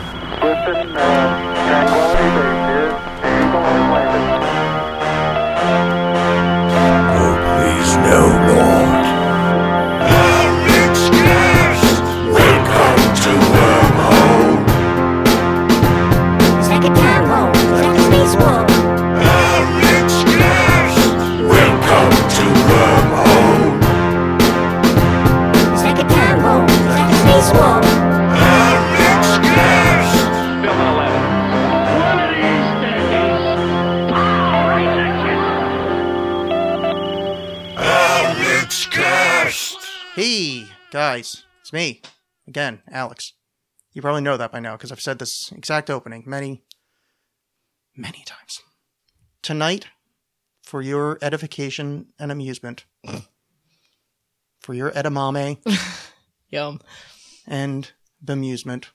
Clifton, uh, Tranquility Base here. The Eagle has landed. Oh, please, no, Lord. Welcome to Wormhole. It's like a time warp. It's like a space warp. Welcome to Wormhole. It's like a time warp. It's like a space warp. Hey, guys, it's me. Again, Alex. You probably know that by now because I've said this exact opening many, many times. Tonight, for your edification and amusement, for your edamame Yum. and bemusement,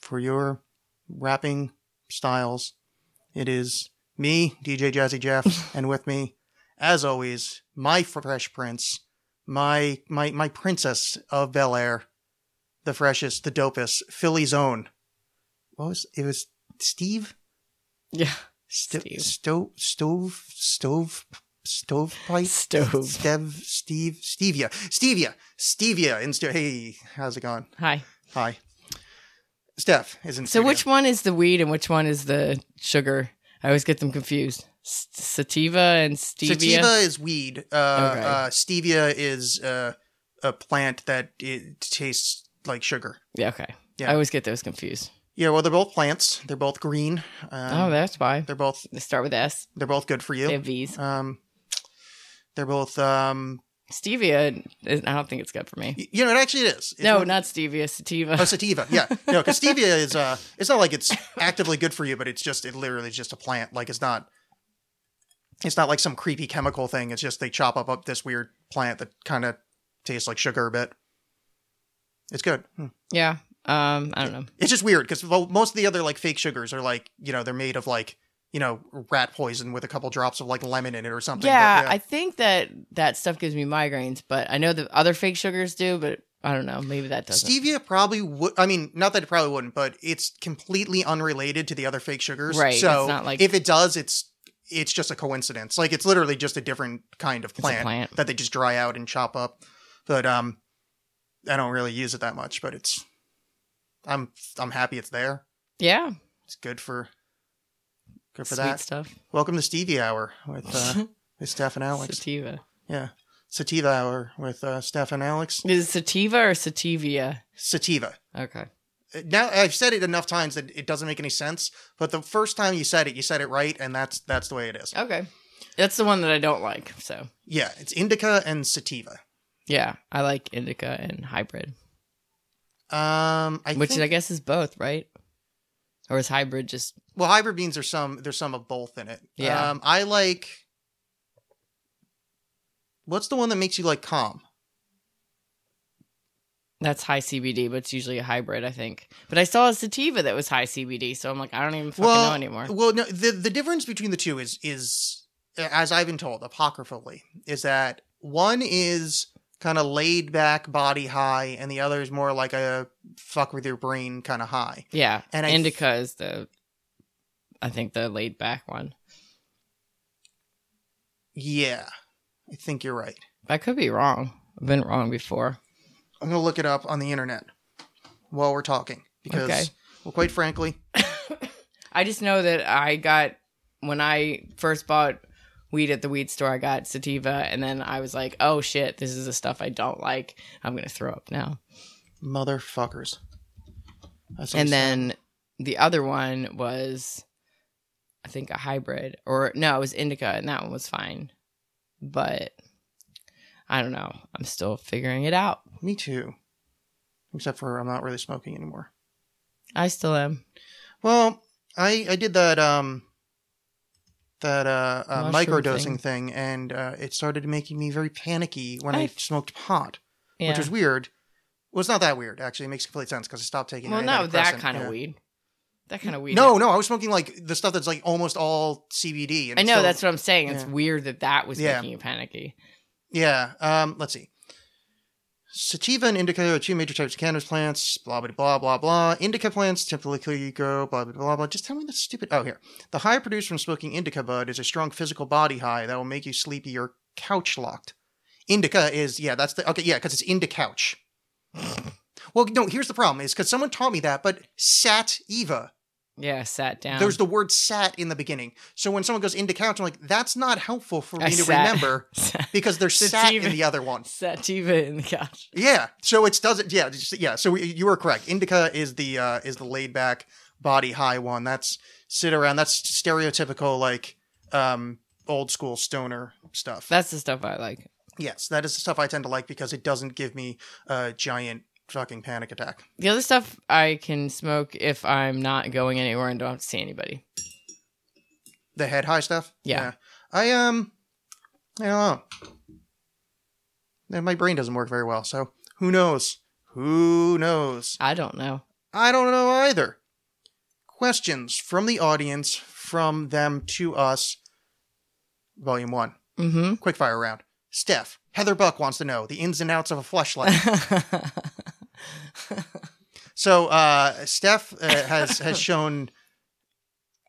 for your rapping styles, it is me, DJ Jazzy Jeff, and with me, as always, my fresh prince, my my my princess of Bel Air, the freshest, the dopest, Philly's own. What was it? Was Steve? Yeah. Sto- Steve. Sto- stove stove stovepipe Stove. Stev Steve Stevia Stevia Stevia and st- hey how's it going Hi. hi Steph isn't So which one is the weed and which one is the sugar? I always get them confused. S- sativa and stevia. Sativa is weed. Uh, Okay. uh, stevia is uh, a plant that it tastes like sugar. Yeah. Okay. Yeah. I always get those confused. Yeah, well, they're both plants. They're both green. Um, oh, that's why. they're both They start with S. they're both good for They you. have V's. Um, they're both. Um, Stevia. Is, I don't think it's good for me. y- you know, it actually it is. It's no, one- not stevia. Sativa. Oh, sativa. Yeah, no, because stevia is. Uh, it's not like it's actively good for you, but it's just it literally is just a plant. Like it's not. It's not like some creepy chemical thing. It's just they chop up up this weird plant that kind of tastes like sugar a bit. It's good. Hmm. yeah. Um. I don't know. It's just weird because most of the other like fake sugars are like you know they're made of like you know rat poison with a couple drops of like lemon in it or something. but, Yeah, I think that that stuff gives me migraines, but I know the other fake sugars do, but I don't know. Maybe that doesn't. Stevia probably would. I mean, not that it probably wouldn't, but it's completely unrelated to the other fake sugars. Right, So it's not like- if it does, it's it's just a coincidence. Like it's literally just a different kind of a plant, plant. that they just dry out and chop up. But um, I don't really use it that much. But it's I'm I'm happy it's there. yeah. It's good for good for Sweet that. stuff. Welcome to Stevie Hour with uh, with Steph and Alex. Sativa. yeah, Sativa Hour with uh, Steph and Alex. Is it sativa or sativia? Sativa. Okay. now I've said it enough times that it doesn't make any sense. But the first time you said it, you said it right, and that's that's the way it is. Okay. That's the one that I don't like. So, Yeah, it's indica and sativa. yeah, I like indica and hybrid, Um, I which think, I guess is both, right? Or is hybrid just well, hybrid beans are some there's some of both in it. Yeah. um, I like. What's the one that makes you like calm? that's high CBD, but it's usually a hybrid, I think. But I saw a sativa that was high CBD, so I'm like, I don't even fucking know anymore. Well, no, the the difference between the two is is as I've been told apocryphally is that one is kind of laid back body high, and the other is more like a fuck with your brain kind of high. Yeah, and and I- indica is the, I think the laid back one. Yeah, I think you're right. I could be wrong. I've been wrong before. I'm gonna look it up on the internet while we're talking because, Okay. well, quite frankly, I just know that I got when I first bought weed at the weed store, I got sativa, and then I was like, "Oh shit, this is the stuff I don't like. I'm gonna throw up now." motherfuckers. That's what and he said. then the other one was, I think, a hybrid, or no, it was indica, and that one was fine, but I don't know. I'm still figuring it out. me too. Except for I'm not really smoking anymore. I still am. Well, I I did that um that uh, uh Mushroom microdosing thing. thing, and uh, it started making me very panicky when I, I- smoked pot, Yeah. which was weird. Well, it's not that weird actually. It makes complete sense because I stopped taking. well, no, no, that kind of weed. That kind of weed. No, no, I was smoking like the stuff that's like almost all CBD. And I it's know still- that's what I'm saying. It's yeah. weird that that was Yeah. making you panicky. Yeah. Um. Let's see. Sativa and indica are two major types of cannabis plants, blah, blah, blah, blah, blah. Indica plants typically grow, blah, blah, blah, blah. Just tell me that's stupid. Oh, here. The high produced from smoking indica bud is a strong physical body high that will make you sleepy or couch locked. Indica is, yeah, that's the, okay, yeah, because it's indica couch. well, no, here's the problem is because someone taught me that, but Sat Eva, Yeah, sat down. there's the word sat in the beginning. So when someone goes into couch, I'm like, that's not helpful for I me to sat- remember sat- because there's sat Sativa. in the other one. sativa in the couch. Yeah. So it doesn't. Yeah. just- yeah. So we, you were correct. Indica is the uh, is the laid back, body high one. That's sit around. That's stereotypical like um, old school stoner stuff. That's the stuff I like. yes, that is the stuff I tend to like because it doesn't give me a giant fucking panic attack. The other stuff I can smoke if I'm not going anywhere and don't have to see anybody. The head high stuff. Yeah. I um, I don't know. Yeah, My brain doesn't work very well, so who knows? Who knows? I don't know. I don't know either. Questions from the audience, from them to us. Volume one. Mm-hmm. Quickfire round. Steph, Heather Buck wants to know the ins and outs of a fleshlight. so, uh, Steph uh, has has shown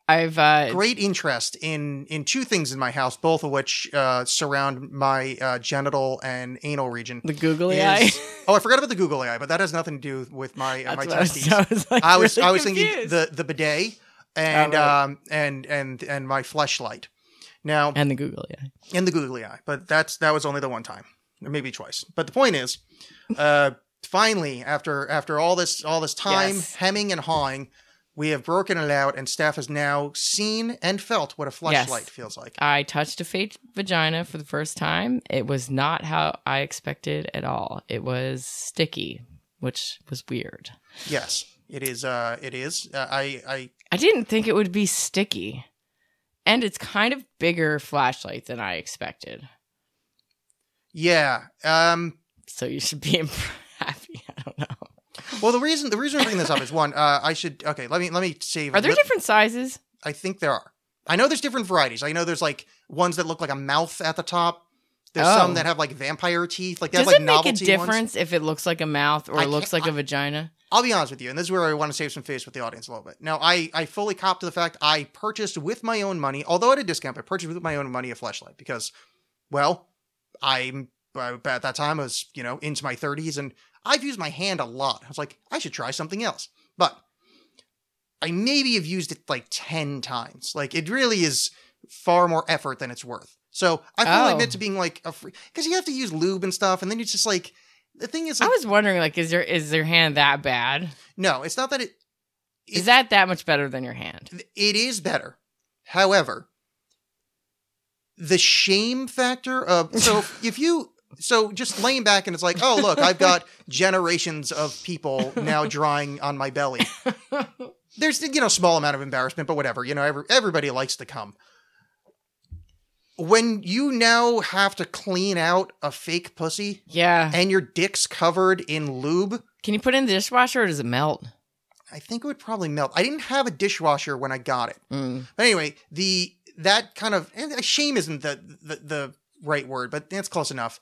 I've uh, great interest in in two things in my house, both of which uh, surround my uh, genital and anal region. the googly eye. Is- oh, I forgot about the googly eye, but that has nothing to do with my uh, That's my what I was- testes. I was, like, I was really I was thinking confused. the the bidet and Oh, right. um and and and my flashlight. Now and the googly eye. in the googly eye, but that's that was only the one time, or maybe twice. But the point is, uh, finally after after all this all this time Yes. hemming and hawing, we have broken it out, and staff has now seen and felt what a flashlight feels like. I touched a fake vagina for the first time. It was not how I expected at all. It was sticky, which was weird. Yes, it is. Uh, it is. Uh, I I I didn't think it would be sticky. And it's kind of bigger flashlight than I expected. yeah. Um, So you should be imp- happy. I don't know. well, the reason the reason I bring this up is one. Uh, I should okay. Let me let me save. Are there li- different sizes? I think there are. I know there's different varieties. I know there's like ones that look like a mouth at the top. There's Oh. some that have like vampire teeth. Like they Does have like it make a novelty ones. difference if it looks like a mouth or I looks can't- like a vagina? I'll be honest with you, and this is where I want to save some face with the audience a little bit. Now, I, I fully cop to the fact I purchased with my own money, although at a discount, I purchased with my own money a flashlight because, well, I'm I- at that time I was you know into my 30s and I've used my hand a lot. I was like, I should try something else, but I maybe have used it like 10 times. Like it really is far more effort than it's worth. So I fully Oh. admit to being like a free because you have to use lube and stuff, and then it's just like the thing is I like, was wondering, like, is your is your hand that bad? no, it's not that it Is It- that that much better than your hand? it is better. However, the shame factor of so if you so just laying back and it's like, oh look, I've got generations of people now drawing on my belly. There's you know small amount of embarrassment, but whatever. You know, every, everybody likes to come. When you now have to clean out a fake pussy Yeah. and your dick's covered in lube, Can you put it in the dishwasher or does it melt? I think it would probably melt. I didn't have a dishwasher when I got it. Mm. But anyway, the that kind of and shame isn't the, the the right word, but that's close enough.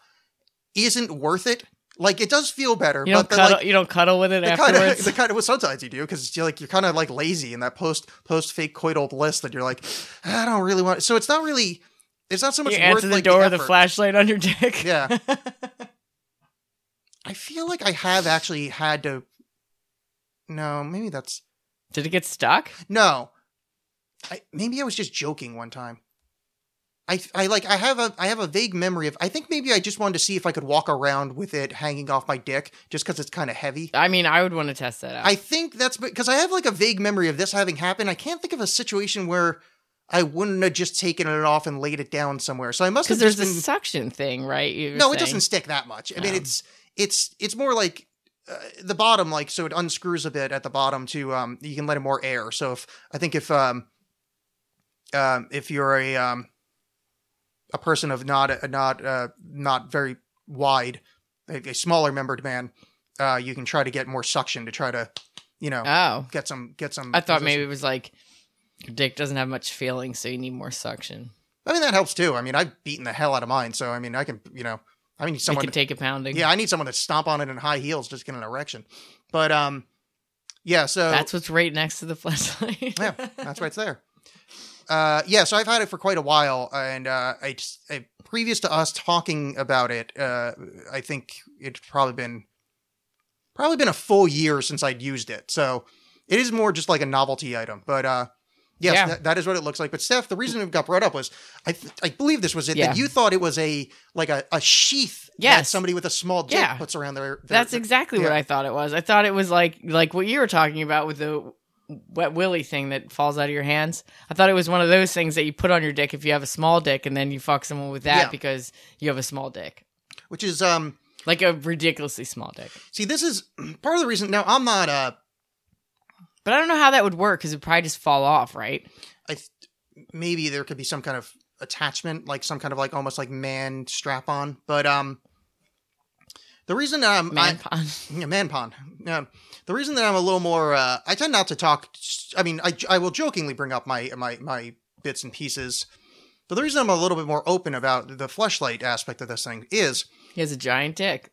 Isn't worth it. Like it does feel better, You but don't the, cuddle. like you don't cuddle with it the kind afterwards. of the kind of well, sometimes you do because you're like you're kind of like lazy in that post post fake coital bliss that you're like I don't really want. So it's not really it's not so much you worth answer the like, door with a effort. flashlight on your dick. Yeah. I feel like I have actually had to. No, maybe that's Did it get stuck? No. I, maybe I was just joking one time. I, I like I have a I have a vague memory of I think maybe I just wanted to see if I could walk around with it hanging off my dick just because it's kind of heavy. I mean, I would want to test that out. I think that's because I have like a vague memory of this having happened. I can't think of a situation where I wouldn't have just taken it off and laid it down somewhere. So I must have Because there's just the been suction thing, right? You were no, it saying. doesn't stick that much. I mean, No. it's it's it's more like uh, the bottom, like so it unscrews a bit at the bottom to um you can let in more air. So if I think if um um if you're a um a person of not a not uh not very wide, a, a smaller membered man, uh you can try to get more suction to try to you know Oh, get some get some. I thought position. maybe it was like your dick doesn't have much feeling, so you need more suction. I mean that helps too. I mean I've beaten the hell out of mine, so I mean I can you know I need Someone someone. can take a pounding. yeah, I need someone to stomp on it in high heels just to get an erection. But um, yeah. So That's what's right next to the flashlight. yeah, that's why it's there. Uh, yeah, so I've had it for quite a while, and uh, I, just- I- previous to us talking about it, uh, I think it's probably been probably been a full year since I'd used it. So it is more just like a novelty item, but uh, yes, Yeah. that- that is what it looks like. But Steph, the reason it got brought up was I th- I believe this was it Yeah. that you thought it was a like a, a sheath that Yes. somebody with a small dick Yeah. puts around their. their That's their- exactly what yeah. I thought it was. I thought it was like like what you were talking about with the wet willy thing that falls out of your hands. I thought it was one of those things that you put on your dick if you have a small dick, and then you fuck someone with that Yeah. because you have a small dick, which is um like a ridiculously small dick. see this is part of the reason. Now I'm not uh But I don't know how that would work because it'd probably just fall off, right? I th- maybe there could be some kind of attachment, like some kind of like almost like man strap on. But um, the reason um Man I, pond. yeah, man pond. Um, the reason that I'm a little more uh, I tend not to talk. I mean, I I will jokingly bring up my my my bits and pieces. But the reason I'm a little bit more open about the fleshlight aspect of this thing is He has a giant dick.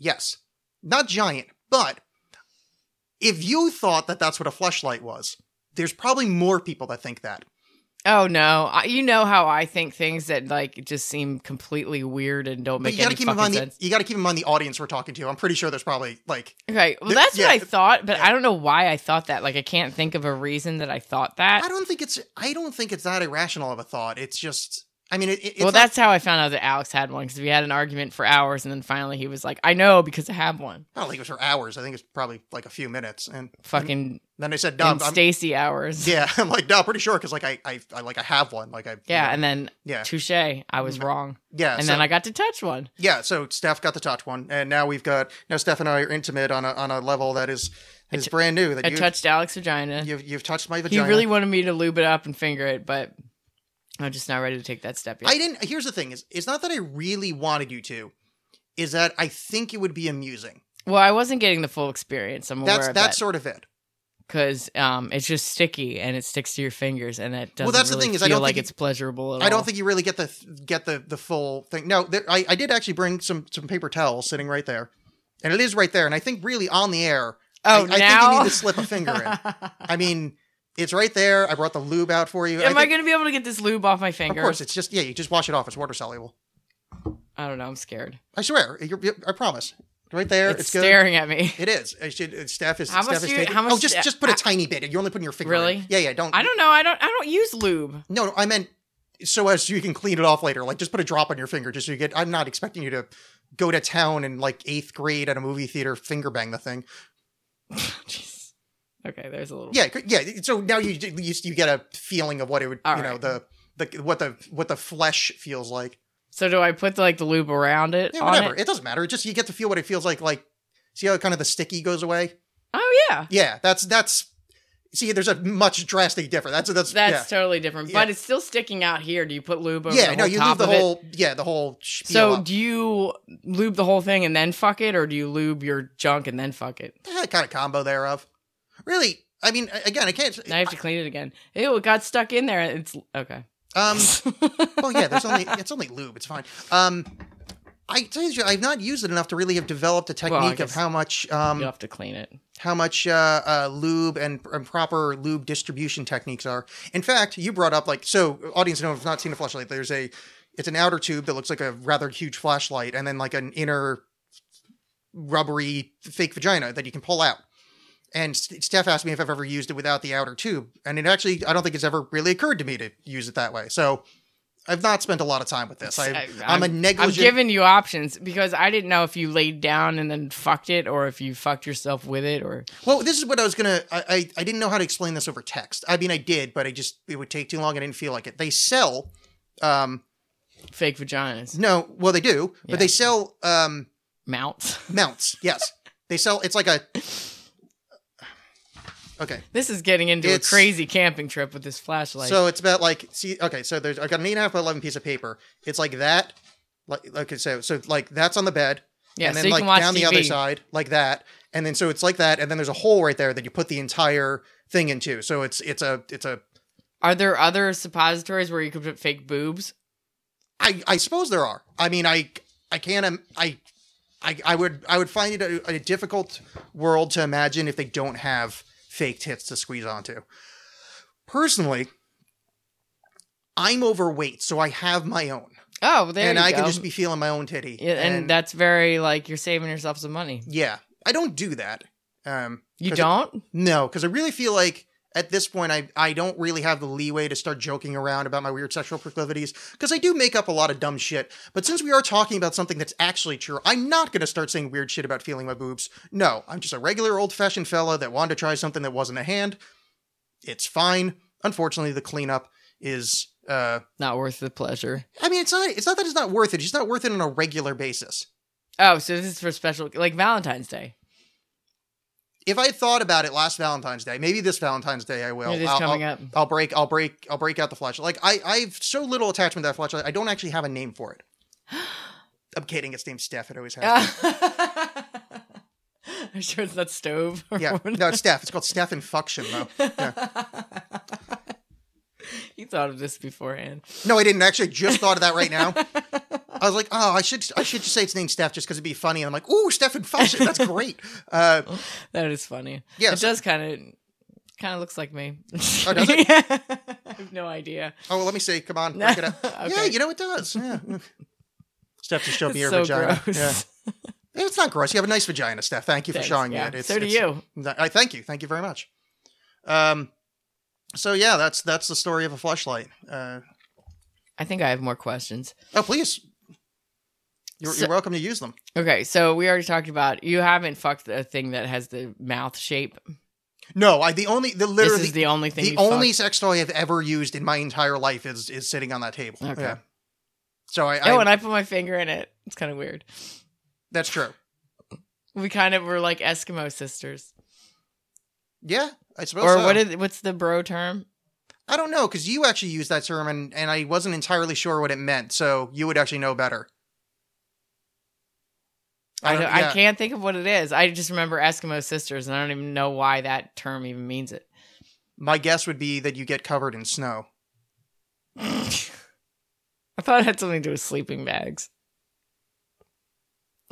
Yes. Not giant, but if you thought that that's what a fleshlight was, there's probably more people that think that. Oh no! I, you know how I think things that like just seem completely weird and don't But make you gotta any keep in fucking mind the, sense. you gotta keep in mind the audience we're talking to. I'm pretty sure there's probably like Okay, well Th- that's yeah, what I th- thought, but yeah. I don't know why I thought that. Like I can't think of a reason that I thought that. I don't think it's I don't think it's that irrational of a thought. It's just I mean it, it- it's well, not- that's how I found out that Alex had one because we had an argument for hours, and then finally he was like, "I know because I have one." I don't think it was for hours. I think it's probably like a few minutes. And Fucking then I said, "No, in I'm, Stacy hours. yeah." I'm like, "No, pretty sure," because like I, I, I like I have one. Like I, Yeah, and then yeah, Mm-hmm. touche, I was wrong, yeah. and so- then I got to touch one. Yeah, so Steph got the touch one, and now we've got now Steph and I are intimate on a on a level that is is brand new. That I you, touched Alex's vagina. You've, you've touched my He vagina. really wanted me to lube it up and finger it, but I'm just not ready to take that step yet. I didn't. Here's the thing: is it's not that I really wanted you to, is that I think it would be amusing. well, I wasn't getting the full experience. I'm aware That's of that's that. sort of it. because um, it's just sticky and it sticks to your fingers, and that doesn't Well, that's the really thing is I feel don't like think it's pleasurable. At I don't all. think you really get the get the the full thing. No, there, I I did actually bring some some paper towels sitting right there, and it is right there. And I think really on the air, I, Oh, I think now? you need to slip a finger in. I mean, it's right there. I brought the lube out for you. Am I, think- going to be able to get this lube off my Of finger? course, it's just yeah. You just wash it off. It's water soluble. I don't know. I'm scared. I swear. You're, you're, I promise. Right there. It's, It's, good. staring at me. It is. I should, uh, Steph is. How much Steph is do you- taking- how much oh, just do- just put a I- tiny bit. You're only putting your finger. Really? In. Yeah, yeah. Don't. I don't know. I don't. I don't use lube. No, no, I meant so as you can clean it off later. Like just put a drop on your finger, just so you get. I'm not expecting you to go to town in like eighth grade at a movie theater finger bang the thing. Jeez. Okay, there's a little. Yeah, c- yeah. So now you you, you get a feeling of what it would. All you know right. the. The, what the what the flesh feels like. So do I put like the lube around it? Yeah, on whatever. it? It. doesn't matter. It just you get to feel what it feels like. Like see how kind of the sticky goes away. Oh yeah, Yeah, that's that's. See, there's a much drastic difference. That's that's that's yeah. totally different. Yeah. But it's still sticking out here. Do you put lube over yeah, the no, whole you leave top the of it? whole yeah the whole spiel. So up. do you lube the whole thing and then fuck it, or do you lube your junk and then fuck it? Eh, kind of combo thereof. Really, I mean, a- again, I can't. Now I have to clean it again. Ew, it got stuck in there. It's okay. Um, well, yeah, there's only it's only lube. It's fine. Um, I tell you, I've not used it enough to really have developed a I technique of guess how much You'll um have to clean it. how much uh, uh lube and, and proper lube distribution techniques are. In fact, you brought up like so. Audience, no, have not seen a flashlight. There's a it's an outer tube that looks like a rather huge flashlight, and then like an inner rubbery fake vagina that you can pull out. And S- Steph asked me if I've ever used it without the outer tube, and it actually I don't think it's ever really occurred to me to use it that way. So I've not spent a lot of time with this. I, I- I'm, a negligent. I'm giving you options because I didn't know if you laid down and then fucked it, or if you fucked yourself with it, or well, this is what I was gonna. I, I I didn't know how to explain this over text. I mean, I did, but I just it would take too long. I didn't feel like it. They sell, um, fake vaginas no, well they do, Yeah. but they sell um mounts. mounts. Yes, they sell. It's like a. Okay, This is getting into It's- a crazy camping trip with this flashlight. so it's about like see okay so there's i got an eight and a half by eleven piece of paper it's like that like okay so so like that's on the bed yeah, and then so you like can watch down TV. the other side like that and then so it's like that and then there's a hole right there that you put the entire thing into so it's it's a it's a Are there other suppositories where you could put fake boobs? i i suppose there are i mean i I can't. im- I, I, I would. I would find it a, a difficult world to imagine if they don't have fake tits to squeeze onto. Personally, I'm overweight, so I have my own, Oh, well, there and you I go. can just be feeling my own titty. Yeah, and, that's very like you're saving yourself some money. yeah, I don't do that. Um, You 'cause- don't? No, because I really feel like at this point I I don't really have the leeway to start joking around about my weird sexual proclivities because I do make up a lot of dumb shit. But since we are talking about something that's actually true, I'm not gonna start saying weird shit about feeling my boobs. No, I'm just a regular old fashioned fella that wanted to try something that wasn't a hand. It's fine. Unfortunately, the cleanup is uh Not worth the pleasure. I mean it's not it's not that it's not worth it, it's just not worth it on a regular basis. Oh, so this is for special like Valentine's Day. if I had thought about it last Valentine's Day, maybe this Valentine's Day I will. It is I'll, coming I'll- up. I'll break. I'll break. I'll break out the flashlight. Like I, I have so little attachment to that flashlight. I don't actually have a name for it. I'm kidding. It's named Steph. It always Ah. has. I'm sure it's not stove. Or yeah. No, it's Steph. It's called Steph and Function though. Yeah. you thought of this beforehand. No, I didn't actually. I Just thought of that right now. I was like, oh, I should. I should just say it's named Steph just because it'd be funny. And I'm like, ooh, Steph and Function. That's great. Uh, That is funny. Yeah, it so- does kind of kind of looks like me. Oh, does it? I have no idea. oh, well, let me see. Come on, No. break it up. Yeah, Okay. you know it does. Yeah. Steph just showed me It's your so vagina. gross. Yeah. It's not gross. You have a nice vagina, Steph. Thank you Thanks, for showing yeah. me it. It's, so do it's- you. th- I thank you. Thank you very much. Um, so yeah, that's that's the story of a flashlight. Uh, I think I have more questions. oh, please, you're, So- you're welcome to use them. Okay, so we already talked about you haven't fucked a thing that has the mouth shape. No, I the only the literally this is the only thing. the you only Fucked. sex toy I've ever used in my entire life is is sitting on that table. Okay. Yeah. So I, Oh, I and I put my finger in it. It's kind of weird. that's true. We kind of were like Eskimo sisters, Yeah, I suppose. or so. what is what's the bro term? I don't know because you actually used that term and and I wasn't entirely sure what it meant. So you would actually know better. I, don't, I yeah. can't think of what it is. I just remember Eskimo sisters, and I don't even know why that term even means it. My guess would be that you get covered in snow. I thought it had something to do with sleeping bags.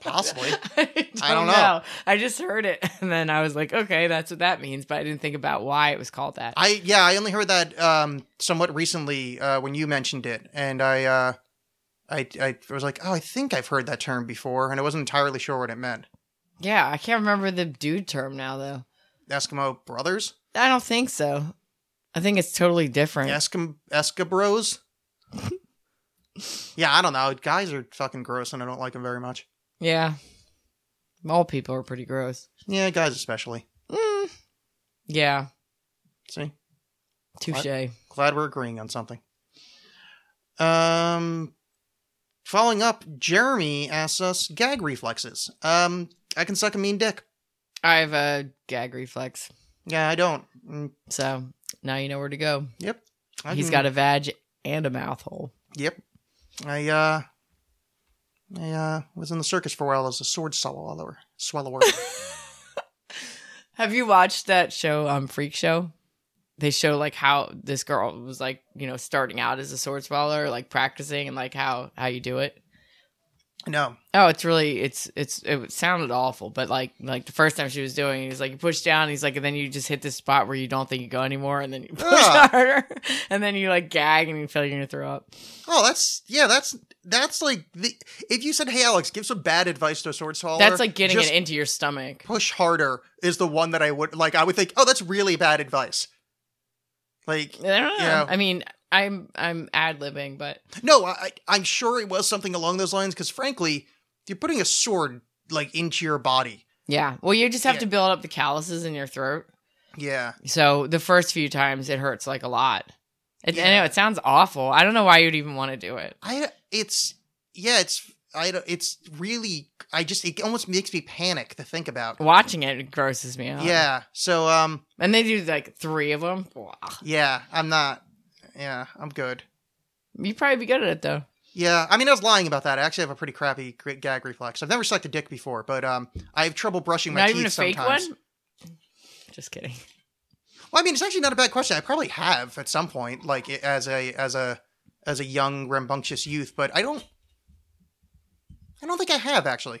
Possibly. I don't, don't know. know. I just heard it, and then I was like, okay, that's what that means, but I didn't think about why it was called that. I yeah, I only heard that um, somewhat recently uh, when you mentioned it, and I, uh, I I was like, oh, I think I've heard that term before, and I wasn't entirely sure what it meant. yeah, I can't remember the dude term now though. Eskimo brothers, I don't think so. I think it's totally different. Eskim Eskabros. yeah, I don't know. Guys are fucking gross, and I don't like them very much. Yeah. All people are pretty gross. Yeah, guys especially. Mm. Yeah. See, Touche. glad we're agreeing on something. Um, following up, Jeremy asks us gag reflexes. Um, I can suck a mean dick. I have a gag reflex. Yeah, I don't. Mm, So now you know where to go. Yep. I He's can- got a vag and a mouth hole. Yep. I uh I uh was in the circus for a while as a sword swallower swallower. Have you watched that show, um, Freak Show? They show like how this girl was like, you know, starting out as a sword swallower, like practicing and like how how you do it. no. Oh, it's really it's it's it sounded awful, but like like the first time she was doing, it, he's like you push down, he's like, and then you just hit this spot where you don't think you go anymore, and then you push Ugh. harder, and then you like gag and you feel like you're gonna throw up. Oh, that's yeah, that's that's like the if you said, "Hey Alex, give some bad advice to a sword swallower." That's like getting just it into your stomach. push harder is the one that I would like I would think, "Oh, that's really bad advice." Like I don't know. Yeah. I mean, I'm I'm ad libbing, but no, I I- I'm sure it was something along those lines cuz frankly, you're putting a sword like into your body. yeah. Well, you just have Yeah. to build up the calluses in your throat. Yeah. So the first few times it hurts like a lot. It, I Yeah. know it sounds awful. I don't know why you'd even want to do it. I it's yeah it's I don't- it's really I just it almost makes me panic to think about. Watching it grosses me out. Yeah. So um and they do like three of them. yeah I'm not yeah I'm good. You'd probably be good at it though. Yeah, I mean I was lying about that. I actually have a pretty crappy gr- gag reflex. I've never sucked a dick before, but um I have trouble brushing my Not teeth even a fake sometimes. one. Just kidding. Well, I mean it's actually not a bad question. I probably have at some point like i- as a as a as a young rambunctious youth, but I don't I don't think I have actually.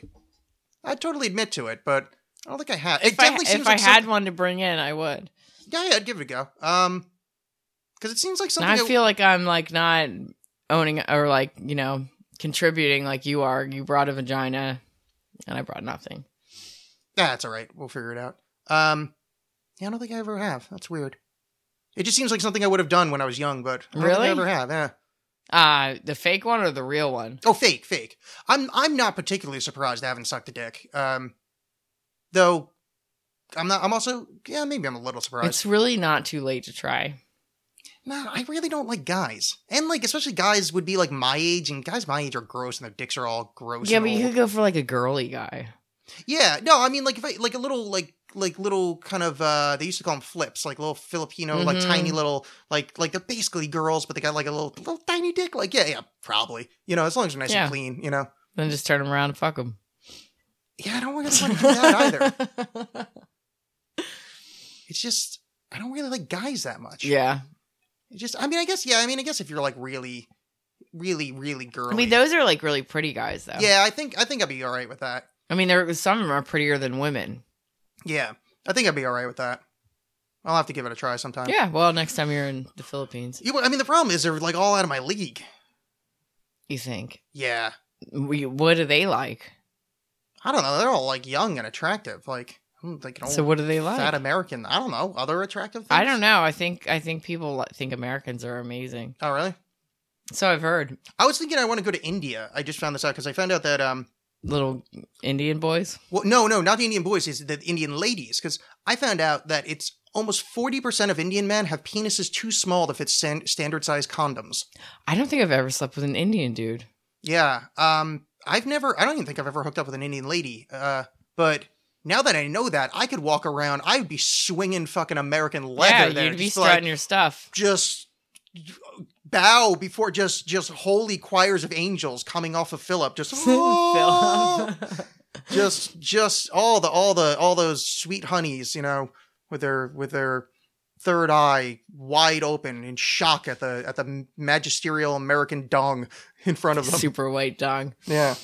I totally admit to it, but I don't think I have. It If I, definitely seems if like I some- had one to bring in, I would. yeah, yeah, I'd give it a go. Um, because it seems like And something. I that- feel like I'm like not owning or like you know contributing like you are. You brought a vagina, and I brought nothing. Ah, that's all right. We'll figure it out. Um, yeah, I don't think I ever have. That's weird. It just seems like something I would have done when I was young, but I don't think Really? I ever have. Yeah. Uh the fake one or the real one? Oh, fake, fake. I'm I'm not particularly surprised I haven't sucked a dick. Um, though, I'm not. I'm also yeah. Maybe I'm a little surprised. It's really not too late to try. Nah, I really don't like guys, and like especially guys would be like my age, and guys my age are gross, and their dicks are all gross. Yeah, and but you old. could go for like a girly guy. Yeah, no, I mean like if I like a little like like little kind of uh they used to call them flips, like little Filipino, like Mhm. tiny little like like they're basically girls, but they got like a little little tiny dick. Like yeah, yeah, probably. You know, as long as they're nice Yeah. and clean. You know. Then just turn them around and fuck them. Yeah, I don't really want to do that either. It's just I don't really like guys that much. yeah. It just I mean I guess yeah I mean I guess if you're like really, really really girly. I mean, those are like really pretty guys, though. yeah, I think I think I'd be all right with that. I mean, there some of 'em are prettier than women. Yeah, I think I'd be all right with that. I'll have to give it a try sometime. Yeah. Well, next time you're in the Philippines, You- I mean, the problem is they're like all out of my league. you think, Yeah. we, what are they like? I don't know. They're all like young and attractive. Like hmm, I'm like an old So what do they fat like? American. I don't know. Other attractive. Things? I don't know. I think I think people li- think Americans are amazing. Oh really? So I've heard I was thinking I want to go to India. I just found this out because I found out that um. little Indian boys. Well, no, no, not the Indian boys. Is the Indian ladies? Because I found out that it's almost forty percent of Indian men have penises too small to fit san- standard size condoms. I don't think I've ever slept with an Indian dude. Yeah. Um. I've never. I don't even think I've ever hooked up with an Indian lady. Uh. But. Now that I know that, I could walk around. I would be swinging fucking American leather. yeah, there, you'd be just like- strutting your stuff. just bow before just just holy choirs of angels coming off of Philip. Just "Oh!" just just all the all the all those sweet honeys, you know, with their with their third eye wide open in shock at the at the magisterial American dong in front of them. Super white dong. Yeah.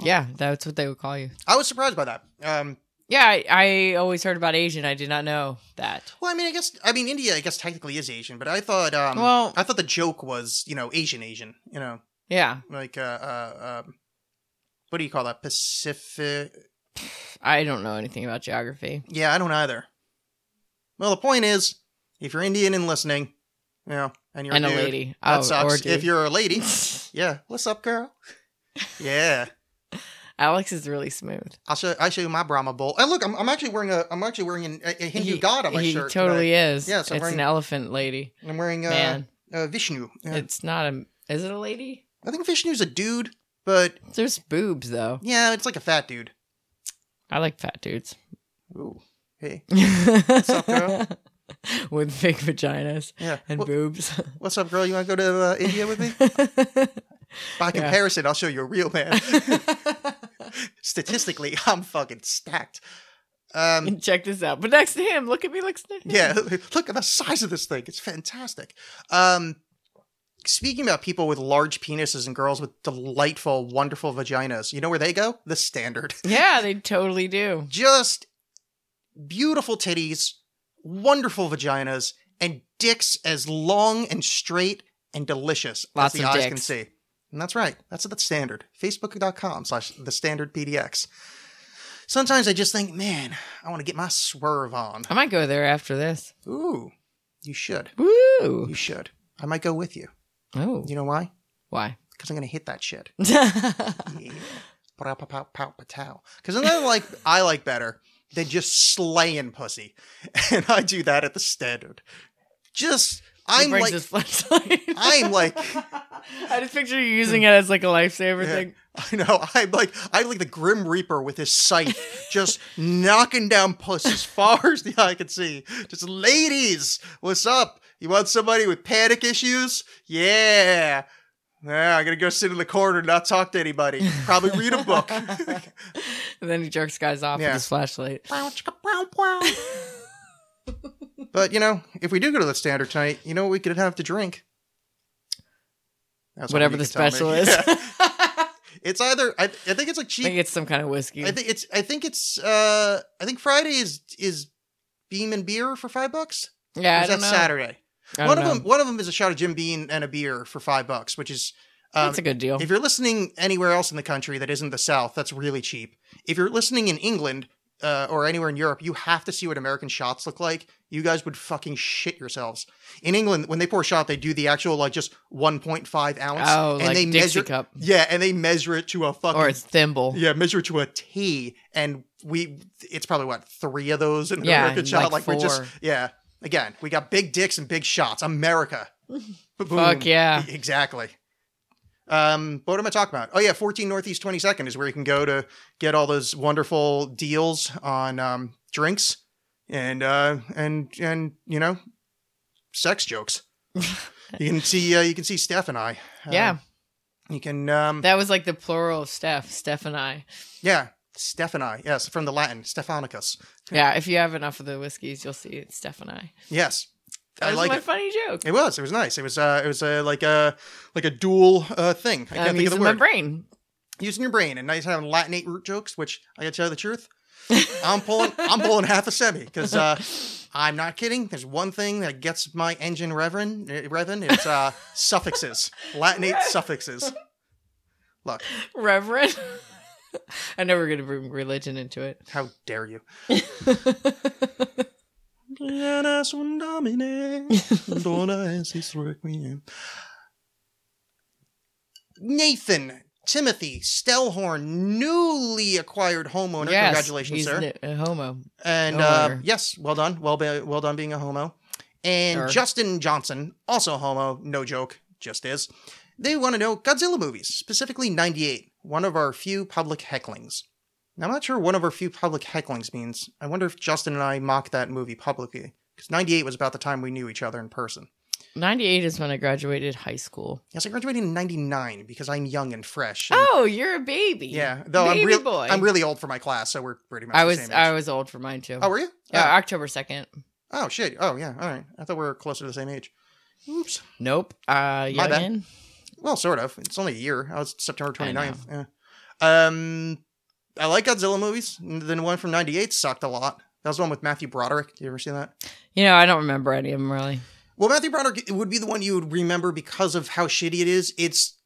Yeah, that's what they would call you. I was surprised by that. Um Yeah, I, I always heard about Asian. I did not know that. well, I mean, I guess I mean India. I guess technically is Asian, but I thought um, Well- I thought the joke was you know Asian Asian, you know, Yeah, like uh, uh um what do you call that pacific I don't know anything about geography. yeah i don't either well the point is if you're indian and listening you know and you're and a, dude, a lady. that oh, sucks Or dude. if you're a lady yeah what's up girl yeah Alex is really smooth. i'll show i'll show you my brahma bowl and look i'm, I'm actually wearing a i'm actually wearing an, a, a hindu god on my he shirt totally today. is. Yeah, Yeah, so it's wearing- an elephant lady. i'm wearing uh, Man, uh vishnu Yeah. it's not a. Is it a lady? i think vishnu's a dude but There's boobs though. yeah it's like a fat dude I like fat dudes. Ooh. hey What's up, girl? With big vaginas yeah and Wha- boobs. what's up girl you want to go to uh, india with me By Yeah. comparison, I'll show you a real man. Statistically, I'm fucking stacked. Um, Check this out. But next to him, look at me. Next to him. yeah, look at the size of this thing. It's fantastic. Um, speaking about people with large penises and girls with delightful, wonderful vaginas, you know where they go? The standard. Yeah, they totally do. Just beautiful titties, wonderful vaginas, and dicks as long and straight and delicious Lots as the of eyes dicks. can see. And that's right. That's the standard. Facebook.com slash the standard PDX. Sometimes I just think, man, I want to get my swerve on. I might go there after this. Ooh, you should. Woo! You should. I might go with you. Oh, You know why? why? Because I'm going to hit that shit. yeah, Yeah. Pow, pow, pow, pow, patow. Because another like I like better than just slaying pussy, and I do that at the standard. Just I'm brings like his flashlight. I'm like I just picture you using it as like a lifesaver Yeah. thing. I know I'm like I'm like the Grim Reaper with his scythe, just knocking down puss as far as the eye can see. Just ladies, what's up? You want somebody with panic issues? Yeah. Yeah, I'm gonna go sit in the corner and not talk to anybody. Probably read a book. And then he jerks guys off Yeah. with his flashlight. But you know, if we do go to the standard tonight, you know what we could have to drink? That's what Whatever you the could tell me. special is. Yeah. It's either I, I think it's like cheap. Like it's some kind of whiskey. I think it's I think it's uh I think Friday is is Beam and beer for five bucks. yeah, Or I is don't that know. Saturday? I one don't of know. them one of them is a shot of Jim Beam and a beer for five bucks, which is um, That's a good deal. if you're listening anywhere else in the country that isn't the South, that's really cheap. If you're listening in England uh, or anywhere in Europe, you have to see what American shots look like. You guys would fucking shit yourselves. In England, when they pour a shot, they do the actual like just 1.5 ounce, Oh, and like they Dixie measure cup. Yeah, and they measure it to a fucking or it's thimble. yeah, measure it to a T, and we it's probably what three of those in Yeah, American shot. like we're just four. yeah. Again, we got big dicks and big shots. America. Ba-boom. E-, Fuck yeah. Exactly. Um, what am I talking about? Oh yeah, 14 Northeast 22nd is where you can go to get all those wonderful deals on um, drinks and uh, and and you know, sex jokes. you can see uh, you can see Steph and I. Uh, Yeah. you can. Um, That was like the plural of Steph, Steph and I. yeah, Steph and I. Yes, from the Latin Stephanicus. Yeah, if you have enough of the whiskeys, you'll see it's Steph and I. Yes, That I was like my it. funny joke. It was. It was nice. It was. Uh, it was uh, like a like a dual uh, thing. I can't I'm think of the Um, using word. my brain. using your brain and nice having Latinate root jokes, which I gotta tell you the truth. I'm pulling I'm pulling half a semi because uh, I'm not kidding. There's one thing that gets my engine revving, eh, revving. It's uh, suffixes, Latinate suffixes. Look, Reverend. I know we're going to bring religion into it. how dare you? Plena sunt Domine, dona esis requiem. Nathan, Timothy, Stellhorn, newly acquired homeowner. Yes, Congratulations, he's sir. n- A homo. And No uh, wonder. yes, well done. Well, be- well done being a homo. And Sure. Justin Johnson, also homo, no joke, just is. They want to know Godzilla movies, specifically 98, one of our few public hecklings. Now, I'm not sure one of our few public hecklings means. I wonder if Justin and I mocked that movie publicly, because 98 was about the time we knew each other in person. 98 is when I graduated high school. Yes, I graduated in 99 because I'm young and fresh. and- Oh, you're a baby. yeah, though baby I'm, real- boy. I'm really old for my class, so we're pretty much I the was same age. I was old for mine too. oh, were you? Yeah, Oh. October 2nd. Oh shit! Oh yeah. All right. I thought we were closer to the same age. Oops. Nope. Uh My bad. youngin. Well, sort of. It's only a year. I was September I know. 29th. Yeah. Um, I like Godzilla movies. The one from '98 sucked a lot. That was the one with Matthew Broderick. Did you ever see that? You know, I don't remember any of them really. Well, Matthew Broderick would be the one you would remember because of how shitty it is. It's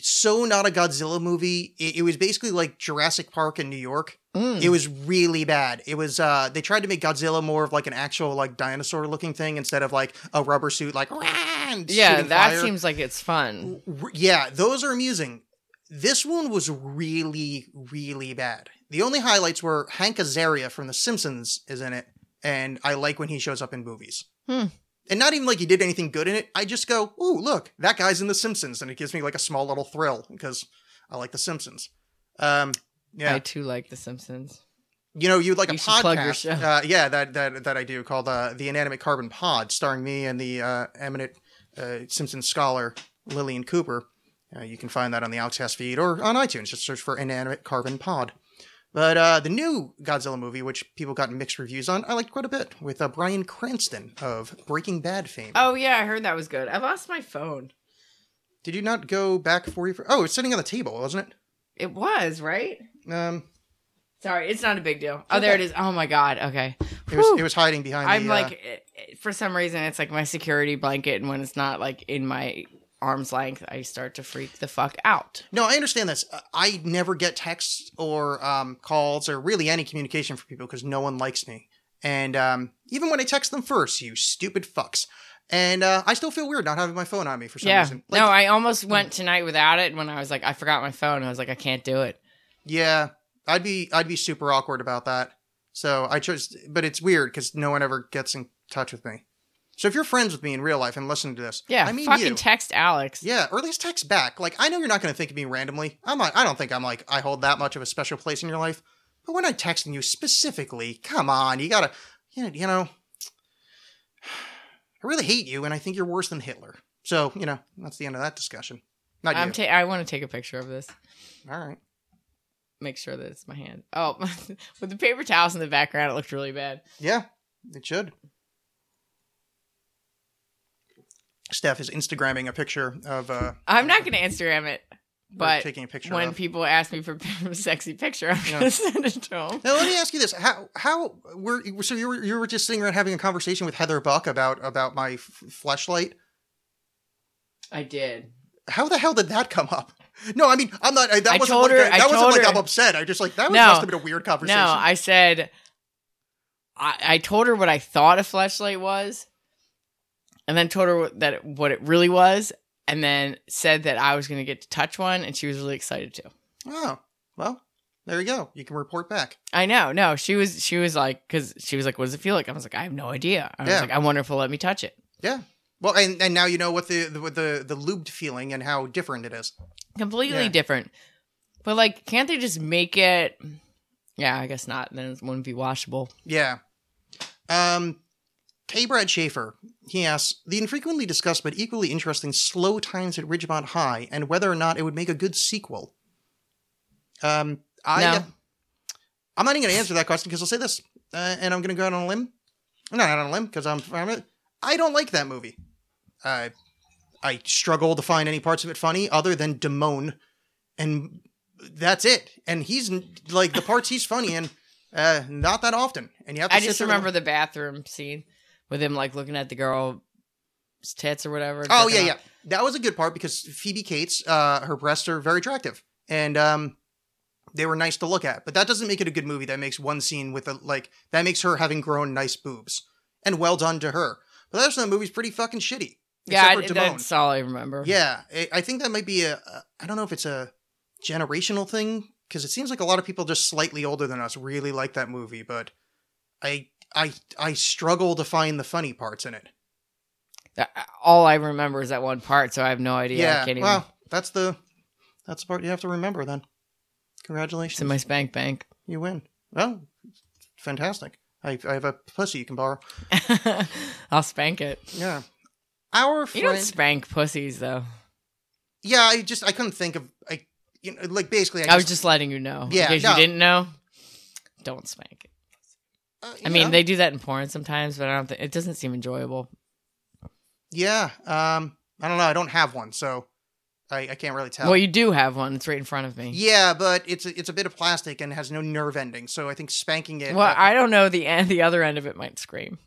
so not a Godzilla movie. It, it was basically like Jurassic Park in New York. Mm. It was really bad. It was uh they tried to make Godzilla more of like an actual like dinosaur looking thing instead of like a rubber suit like "Rah!" and yeah, shooting that fire. seems like it's fun. R- yeah, those are amusing. This one was really, really bad. The only highlights were Hank Azaria from The Simpsons is in it, and I like when he shows up in movies. Hmm. And not even like he did anything good in it. I just go, "Ooh, look, that guy's in The Simpsons," and it gives me like a small little thrill because I like The Simpsons. Um, yeah, I too like The Simpsons. you know, you'd like You a should plug your podcast. show. Uh, yeah, that that that I do called uh, the Inanimate Carbon Pod, starring me and the uh, eminent uh, Simpson scholar Lillian Cooper. Uh, you can find that on the Outcast feed or on iTunes. Just search for Inanimate Carbon Pod. But uh, the new Godzilla movie, which people got mixed reviews on, I liked quite a bit with uh, Brian Cranston of Breaking Bad fame. Oh yeah, I heard that was good. I lost my phone. Did you not go back for you? For- oh, it's sitting on the table, wasn't It was, right? it? Um, Sorry, it's not a big deal. Oh, there it Okay. is. Oh my god. Okay. it was Whew. it was hiding behind. I'm the, uh, like it- it- for some reason it's like my security blanket and when it's not like in my arm's length, I start to freak the fuck out. No, I understand this. Uh, I never get texts or um, calls or really any communication from people because no one likes me. And um, even when I text them first, you stupid fucks. And uh, I still feel weird not having my phone on me for some yeah. reason. hmm. no, I almost went tonight without it when I was like I forgot my phone. I was like I can't do it. yeah, I'd be I'd be super awkward about that. So I chose, but it's weird because no one ever gets in touch with me. So if you're friends with me in real life and listen to this, Yeah. I mean fucking you. text Alex. Yeah, or at least text back. Like I know you're not going to think of me randomly. I'm not, I don't think I'm like I hold that much of a special place in your life. But when I'm texting you specifically, come on, you gotta, you know, you know I really hate you, and I think you're worse than Hitler. So you know that's the end of that discussion. Not I'm you. ta- I want to take a picture of this. All right. Make sure that it's my hand. Oh, with the paper towels in the background, it looked really bad. Yeah, it should. Steph is Instagramming a picture of uh I'm not going to Instagram it. But taking a picture when of. people ask me for a sexy picture, I'm Yeah. gonna send it to them. Now let me ask you this: How how were so you were you were just sitting around having a conversation with Heather Buck about about my f- flashlight? I did. How the hell did that come up? No, I mean I'm not. I, that I wasn't told like, her- that, I that wasn't told like her- I'm upset. I just like that was No. must have been a weird conversation. No, I said I, I told her what I thought a flashlight was, and then told her what- that it, what it really was, and then said that I was going to get to touch one, and she was really excited too. oh well, there you go. You can report back. I know. No, she was. She was like, because she was like, "What does it feel like?" I was like, "I have no idea." I was Yeah. like, "I wonder if they'll let me touch it." Yeah. Well, and, and now you know what the, the what the the lubed feeling and how different it is. Completely Yeah. different. But like, can't they just make it? Yeah, I guess not. Then it wouldn't be washable. Yeah. Um, K. Brad Schaefer, he asks the infrequently discussed but equally interesting slow times at Ridgemont High and whether or not it would make a good sequel. Um, I, No. I'm not even going to answer that question because I'll say this, uh, and I'm going to go out on a limb. No, not on a limb because I'm, I'm. I don't like that movie. I uh, I struggle to find any parts of it funny other than Damone, and that's it. And he's n- like the parts he's funny in, uh, not that often. And you have to I sit just there- remember the bathroom scene with him like looking at the girl's tits or whatever. Oh yeah, checking yeah. out. That was a good part because Phoebe Cates, uh, her breasts are very attractive, and um, they were nice to look at. But that doesn't make it a good movie. That makes one scene with a like that makes her having grown nice boobs, and well done to her. But the rest of the movie's pretty fucking shitty. Yeah, except I- for Damone. that's all I remember. Yeah, I- I think that might be a. a- I don't know if it's a generational thing because it seems like a lot of people just slightly older than us really like that movie, but I I I struggle to find the funny parts in it. Th- all I remember is that one part, so I have no idea. I Yeah. can't even. well, that's the that's the part you have to remember then. Congratulations, It's in my spank bank. you win. Well, fantastic. I, I have a pussy you can borrow. I'll spank it. Yeah. Our You friend. don't spank pussies though. yeah, I just I couldn't think of I you know like basically I, I was just letting you know. Yeah, in case no. you didn't know, don't spank it. uh, I you mean, know. they do that in porn sometimes, but I don't think it doesn't seem enjoyable. Yeah. Um. I don't know. I don't have one, so I I can't really tell. Well, you do have one. It's right in front of me. yeah, but it's a, it's a bit of plastic and has no nerve ending, so I think spanking it. uh, Well, I don't know. The end, the other end of it might scream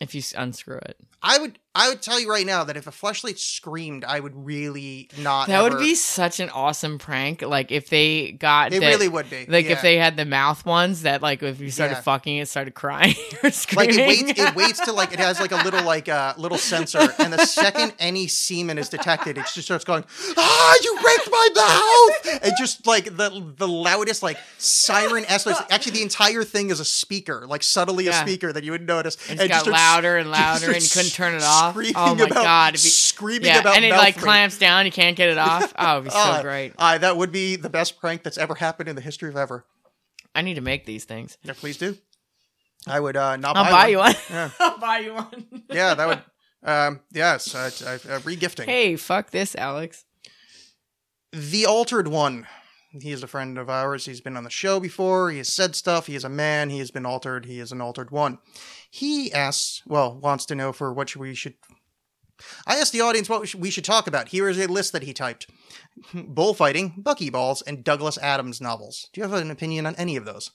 if you s- unscrew it. I would I would tell you right now that if a flashlight screamed, I would really not. That would uh, ever- be such an awesome prank. Like if they got It that- really would be. Like yeah. if they had the mouth ones that, like, if you started Yeah. fucking, it started crying or like screaming. it waits it waits till like it has like a little like uh, little sensor and the second any semen is detected it just starts going ah you raped my mouth and just like the the loudest like siren escalates actually the entire thing is a speaker like subtly a Yeah. speaker that you would notice It just got starts- louder and just louder, and you starts couldn't turn it off. screaming Oh my about- god! If you, screaming yeah, about and it mouth like rape. clamps down, you can't get it off. Oh, it'd be so Ah, great. ah, that would be the best prank that's ever happened in the history of ever I need to make these things. yeah, please do I would uh, not I'll buy, buy you one. Yeah. I'll buy you one. yeah that would um, yes uh, uh, uh, regifting Hey, fuck this, Alex. The Altered One. He is a friend of ours. He's been on the show before. He has said stuff. He is a man. He has been altered. He is an altered one. He asks, well, wants to know for what should we should. I asked the audience what we should- we should talk about. Here is a list that he typed bullfighting, buckyballs, and Douglas Adams novels. Do you have an opinion on any of those?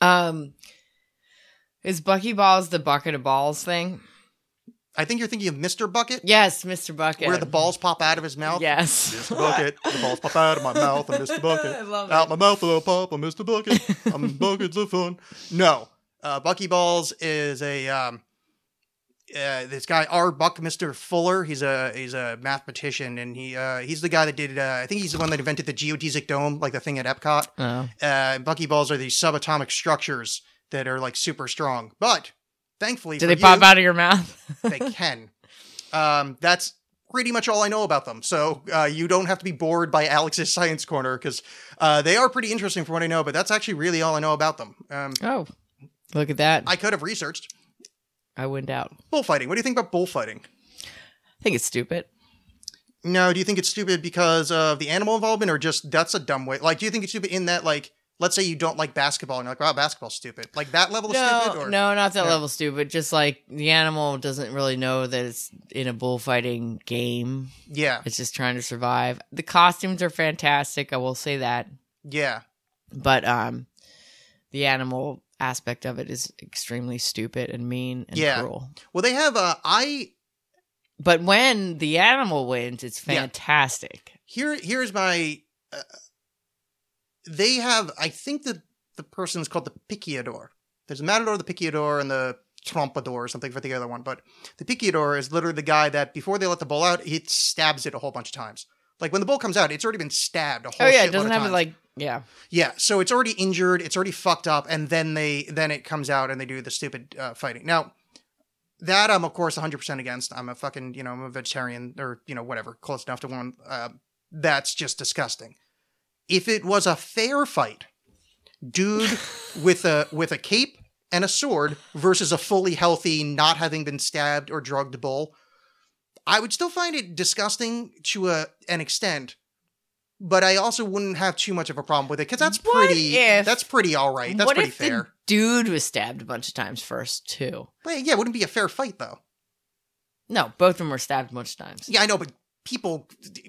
Um, is Bucky Balls the bucket of balls thing? I think you're thinking of Mr. Bucket, Yes, Mr. Bucket. where the balls pop out of his mouth. Yes. Mr. Bucket, the balls pop out of my mouth. I'm Mr. Bucket. I love out it. my mouth, a little pop. I'm Mr. Bucket. I'm buckets of fun. No, uh, Bucky Balls is a um, uh, this guy R. Buck, Mr. Fuller. He's a he's a mathematician, and he uh, he's the guy that did. Uh, I think he's the one that invented the geodesic dome, like the thing at Epcot. Oh. Uh, Bucky Balls are these subatomic structures that are like super strong, but thankfully, Do for they you, pop out of your mouth? they can. Um, that's pretty much all I know about them. So uh, you don't have to be bored by Alex's science corner because uh, they are pretty interesting from what I know. But that's actually really all I know about them. Um, Oh, look at that. I, I could have researched I went out. bullfighting. What do you think about bullfighting? I think it's stupid. No, do you think it's stupid because of the animal involvement, or just that's a dumb way? Like, do you think it's stupid in that like? let's say you don't like basketball and you're like, wow, basketball's stupid. Like that level of No, stupid? Or, no, not that Yeah. level stupid. Just like the animal doesn't really know that it's in a bullfighting game. Yeah. It's just trying to survive. The costumes are fantastic. I will say that, Yeah. but um, the animal aspect of it is extremely stupid and mean and Yeah. cruel. Well, they have, uh, I, But when the animal wins, it's Yeah. fantastic. here here's my uh, they have i think the the person's called the picador there's the matador the picador and the trompador or something for the other one but the picador is literally the guy that before they let the bull out he stabs it a whole bunch of times like when the bull comes out it's already been stabbed a whole Oh yeah, shitload it doesn't of have times. like yeah. yeah so it's already injured it's already fucked up and then they then it comes out and they do the stupid uh, fighting now that I'm of course 100% against. I'm a fucking, you know, I'm a vegetarian or, you know, whatever, close enough to one. Uh, that's just disgusting. If it was a fair fight, dude with a with a cape and a sword versus a fully healthy, not having been stabbed or drugged bull, I would still find it disgusting to a, an extent. But I also wouldn't have too much of a problem with it because that's What pretty. if- that's pretty all right. That's what pretty if fair. the dude was stabbed a bunch of times first too? But yeah, it wouldn't be a fair fight though. No, both of them were stabbed a bunch of times. Yeah, I know, but people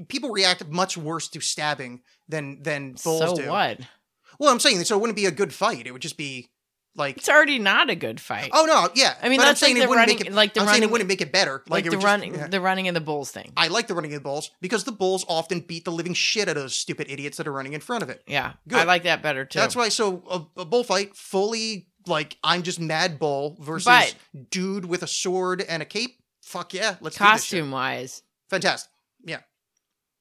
people react much worse to stabbing than than bulls so do. what? Well, I'm saying so it wouldn't be a good fight. It would just be like, It's already not a good fight. oh no, yeah. I mean, but I'm that's like saying the it wouldn't running- make it like the I'm saying running- it wouldn't make it better. like it the would running, Just, yeah. the running and the bulls thing. I like the running of the bulls because the bulls often beat the living shit out of those stupid idiots that are running in front of it. yeah, Good. I like that better too. That's why. So a, a bullfight, fully like I'm just mad bull versus But- dude with a sword and a cape. Fuck yeah, let's do this shit. costume wise. fantastic. Yeah,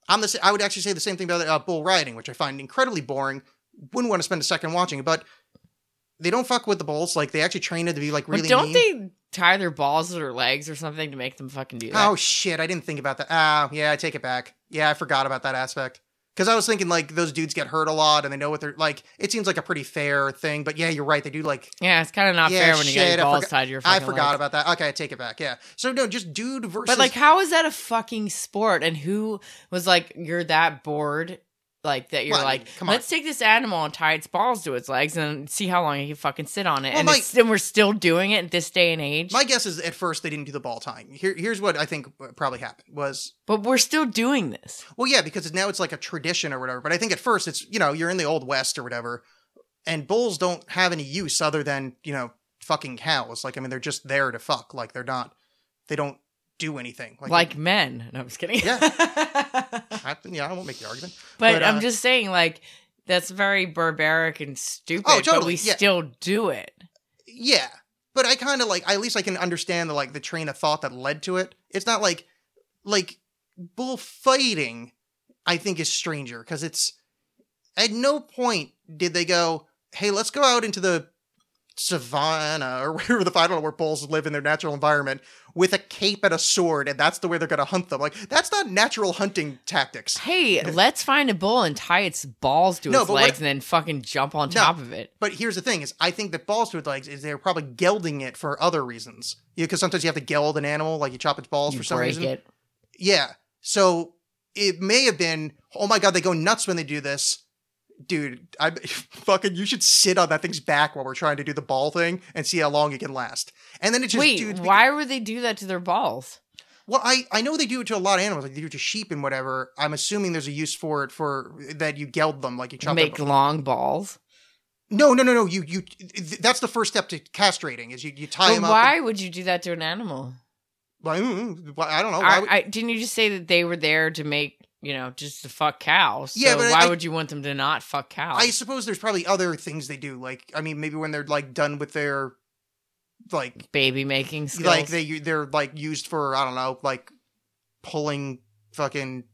I'm the. sa- I would actually say the same thing about uh, bull riding, which I find incredibly boring. Wouldn't want to spend a second watching, it, but they don't fuck with the bulls. Like they actually train it to be like But really. mean. don't they tie their balls to their legs or something to make them fucking do that? Oh shit! I didn't think about that. Ah, yeah, I take it back. Yeah, I forgot about that aspect because I was thinking like those dudes get hurt a lot and they know what they're like. It seems like a pretty fair thing, but yeah, you're right. They do like yeah, it's kind of not Yeah, fair when you got shit, I your balls forgot- tied to your. I Fucking forgot legs. about that. Okay, I take it back. Yeah. So no, just dude versus. But like, how is that a fucking sport? And who was like, you're that bored, like that? You're Well, I mean, like, come on. let's take this animal and tie its balls to its legs and see how long it can fucking sit on it. Well, and, my- it's, and we're still doing it this day and age. my guess is at first they didn't do the ball tying. Here, here's what I think uh, probably happened was but we're still doing this. Well, yeah, because now it's like a tradition or whatever. But I think at first it's you know you're in the old west or whatever, and bulls don't have any use other than you know fucking cows. Like I mean, they're just there to fuck. Like they're not, they don't do anything. Like, men. No, I'm just kidding. Yeah. I, yeah, I won't make the argument. But, But, uh, I'm just saying, like, that's very barbaric and stupid. Oh, totally, But we yeah. still do it. Yeah, but I kind of like at least I can understand the like the train of thought that led to it. It's not like like bullfighting. I think is stranger because it's at no point did they go, hey, let's go out into the savannah or wherever the I don't know where bulls live in their natural environment with a cape and a sword, and that's the way they're going to hunt them. Like that's not natural hunting tactics. Hey, let's find a bull and tie its balls to No, its but what- legs and then fucking jump on No. top of it. But here's the thing: is I think that balls to its legs is they're probably gelding it for other reasons. Because sometimes you have to geld an animal, like you chop its balls You for some break reason. it. Yeah. So it may have been, oh my god, they go nuts when they do this. Dude, I fucking you should sit on that thing's back while we're trying to do the ball thing and see how long it can last. And then it just Wait, dude, be- why would they do that to their balls? well, I, I know they do it to a lot of animals, like they do it to sheep and whatever. I'm assuming there's a use for it for that you geld them, like you chop Make them. long balls. No, no, no, no. You you th- that's the first step to castrating is you, you tie But them why up. would you do that to an animal? And, mm, why? I don't know. Why I, would- I, didn't you just say that they were there to make, you know, just to fuck cows? Yeah, So but why I- would you want them to not fuck cows? I suppose there's probably other things they do. Like I mean, maybe when they're like done with their like Baby making skills. like they they're like used for I don't know like pulling fucking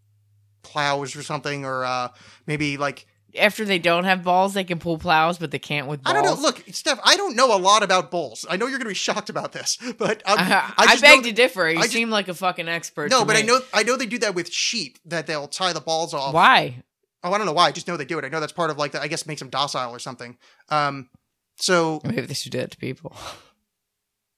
plows or something or uh maybe like after they don't have balls, they can pull plows, but they can't with balls. I don't know. Look, Steph, I don't know a lot about bulls. I know you're gonna be shocked about this, but um, Uh-huh. I, I just beg know to differ. You I just- seem like a fucking expert. no, to but I me. know I know they do that with sheep that they'll tie the balls off. why. Oh, I don't know why. I just know they do it. I know that's part of like the, I guess makes them docile or something. Um, so Maybe they should do that to people.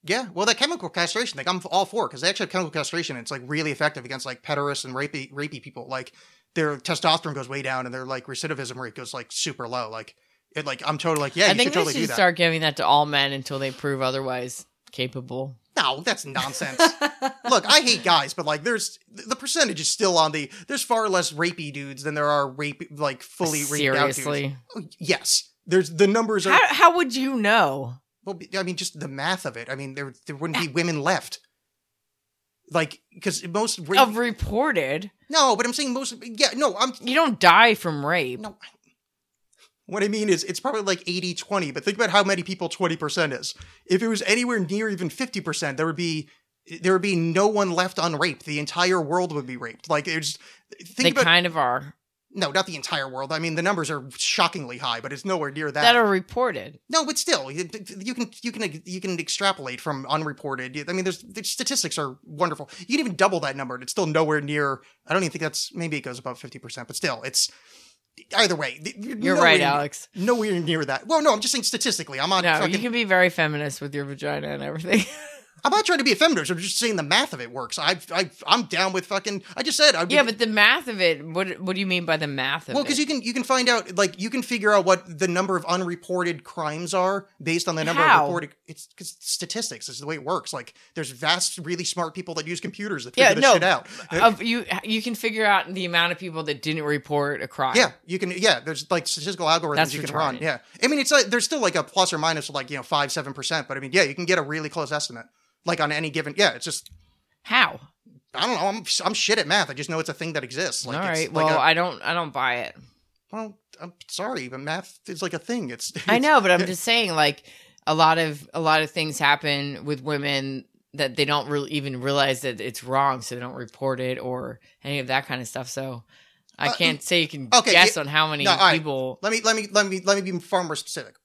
Yeah, well, that chemical castration, like I'm all for because they actually have chemical castration. And it's like really effective against like pederasts and rapey rapey people. Like their testosterone goes way down, and their like recidivism rate goes like super low. Like It, like I'm totally like, yeah, I you think should they totally do should that. start giving that to all men until they prove otherwise capable. No, that's nonsense. Look, I hate guys, but like, there's the percentage is still on the. There's far less rapey dudes than there are rape like fully raped out dudes. Oh, Seriously, Yes, there's the numbers are. how how would you know? Well, I mean, just the math of it. I mean, there there wouldn't be women left. Like, because most rape, Of reported, no, but I'm saying most. Yeah, no, I'm you don't die from rape. no. What I mean is, it's probably like 80 20, but think about how many people 20% is. If it was anywhere near even 50%, there would be. There would be no one left unraped. The entire world would be raped. Like there's, think they about kind of are no, not the entire world. I mean, the numbers are shockingly high, but it's nowhere near that are reported. No, but still, you you can you can you can extrapolate from unreported. I mean, there's the statistics are wonderful. You can even double that number, and it's still nowhere near. I don't even think that's maybe it goes above fifty percent, but still, it's either way. th- You're nowhere right, near- Alex. Nowhere near that. Well, no, I'm just saying statistically. I'm not. No, fucking, you can be very feminist with your vagina and everything. I'm not trying to be a feminist. I'm just saying the math of it works. I I I'm down with fucking. I just said. I'd be, yeah, but the math of it. What What do you mean by the math of Well, it? because you can you can find out like you can figure out what the number of unreported crimes are based on the number How? of reported. It's because statistics is the way it works. Like there's vast, really smart people that use computers that figure yeah, this no, shit out. of you you can figure out the amount of people that didn't report a crime. yeah, you can. Yeah, there's like statistical algorithms That's you can retarded. run. Yeah, I mean it's like there's still like a plus or minus of like you know five seven percent, but I mean yeah, you can get a really close estimate like on any given. Yeah, it's just How? I don't know. I'm I'm shit at math. I just know it's a thing that exists. Like, All it's right. Like well, a- I I don't. I don't buy it. well, I'm sorry, but math is like a thing. It's, I it's- know, but I'm just saying, like a lot of a lot of things happen with women that they don't really even realize that it's wrong, so they don't report it or any of that kind of stuff. So I Uh, can't say you can okay, guess yeah. on how many No, all right. people. Let me let me let me let me be far more specific.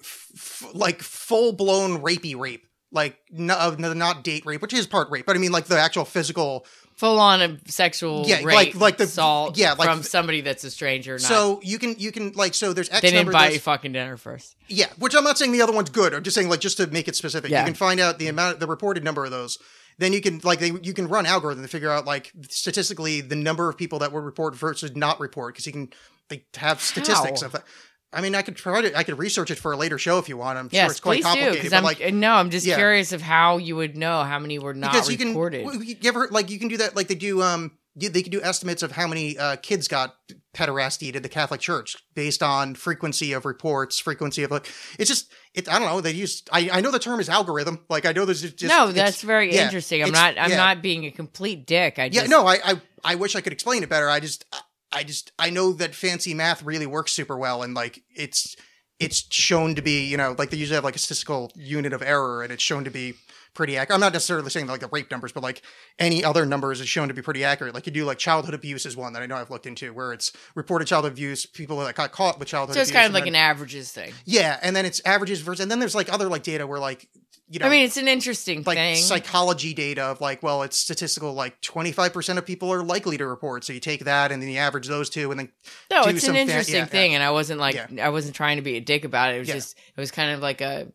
F- f- like full blown rapey rape, like no, uh, no, not date rape, which is part rape, but I mean like the actual physical. Full on a sexual Yeah, rape, like- like the- assault yeah, like from the- somebody that's a stranger. Not, So you can you can like so there's X they didn't number buy of you those- fucking dinner first. yeah, which I'm not saying the other one's good. I'm just saying like just to make it specific, Yeah. you can find out the amount the reported number of those. Then you can like they, you can run algorithm to figure out like statistically the number of people that would report versus not report because you can they have statistics How? of that. I mean, I could try to I could research it for a later show if you want. I'm Yes, sure it's quite please do. complicated, Because but I'm like no, I'm just yeah. curious of how you would know how many were not because you can reported. well, you ever like you can do that like they do um you- they can do estimates of how many uh, kids got pederasty at the Catholic Church based on frequency of reports, frequency of like it's just it I don't know they use I I know the term is algorithm like I know there's just no, it's- that's very yeah, interesting. I'm it's- not. I'm yeah. not being a complete dick. I yeah just no I, I I wish I could explain it better I just I- I just I know that fancy math really works super well and like it's it's shown to be you know like they usually have like a statistical unit of error and it's shown to be pretty accurate. I'm not necessarily saying like the rape numbers, but like any other numbers is shown to be pretty accurate. Like you do like childhood abuse is one that I know I've looked into where it's reported child abuse, people that got caught with childhood So it's abuse. kind and of like then- an averages thing. yeah, and then it's averages versus, and then there's like other like data where like you know I mean, it's an interesting like thing. psychology data of like, well, it's statistical, like 25% of people are likely to report. So you take that and then you average those two and then no, do it's some an fa- interesting yeah, yeah. thing, and I wasn't like Yeah. I wasn't trying to be a dick about it. It was Yeah. just it was kind of like a.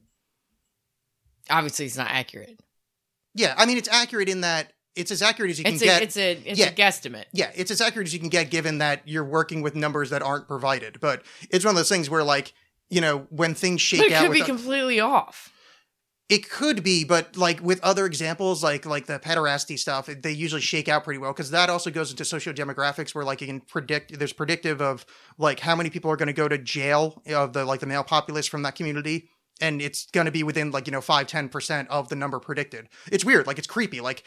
Obviously, it's not accurate. yeah, I mean, it's accurate in that it's as accurate as you It's can a, get. it's a it's yeah. a guesstimate. yeah, it's as accurate as you can get given that you're working with numbers that aren't provided. But it's one of those things where like, you know, when things shake But it out could with be the- completely off. It could be, but like with other examples, like like the pederasty stuff, it- they usually shake out pretty well because that also goes into sociodemographics, where like you can predict. There's predictive of like how many people are going to go to jail of the like the male populace from that community, and it's going to be within like you know five ten percent of the number predicted. It's weird, like it's creepy, like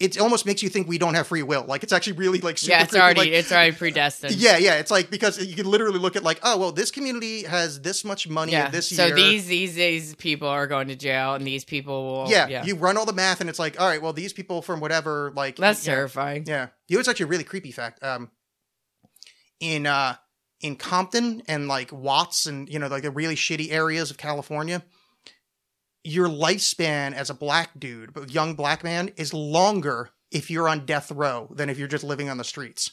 it almost makes you think we don't have free will. Like it's actually really like super Yeah, it's creepy, already like- it's already predestined. yeah, yeah. It's like because you can literally look at like, oh well, this community has this much money yeah. this so year. these these these people are going to jail, and these people will. yeah, yeah. you run all the math and it's like, all right, well, these people from whatever, like, That's yeah, terrifying. yeah. You know, it's actually a really creepy fact. Um, in uh, in Compton and like Watts and you know like the really shitty areas of California, your lifespan as a black dude, but young black man, is longer if you're on death row than if you're just living on the streets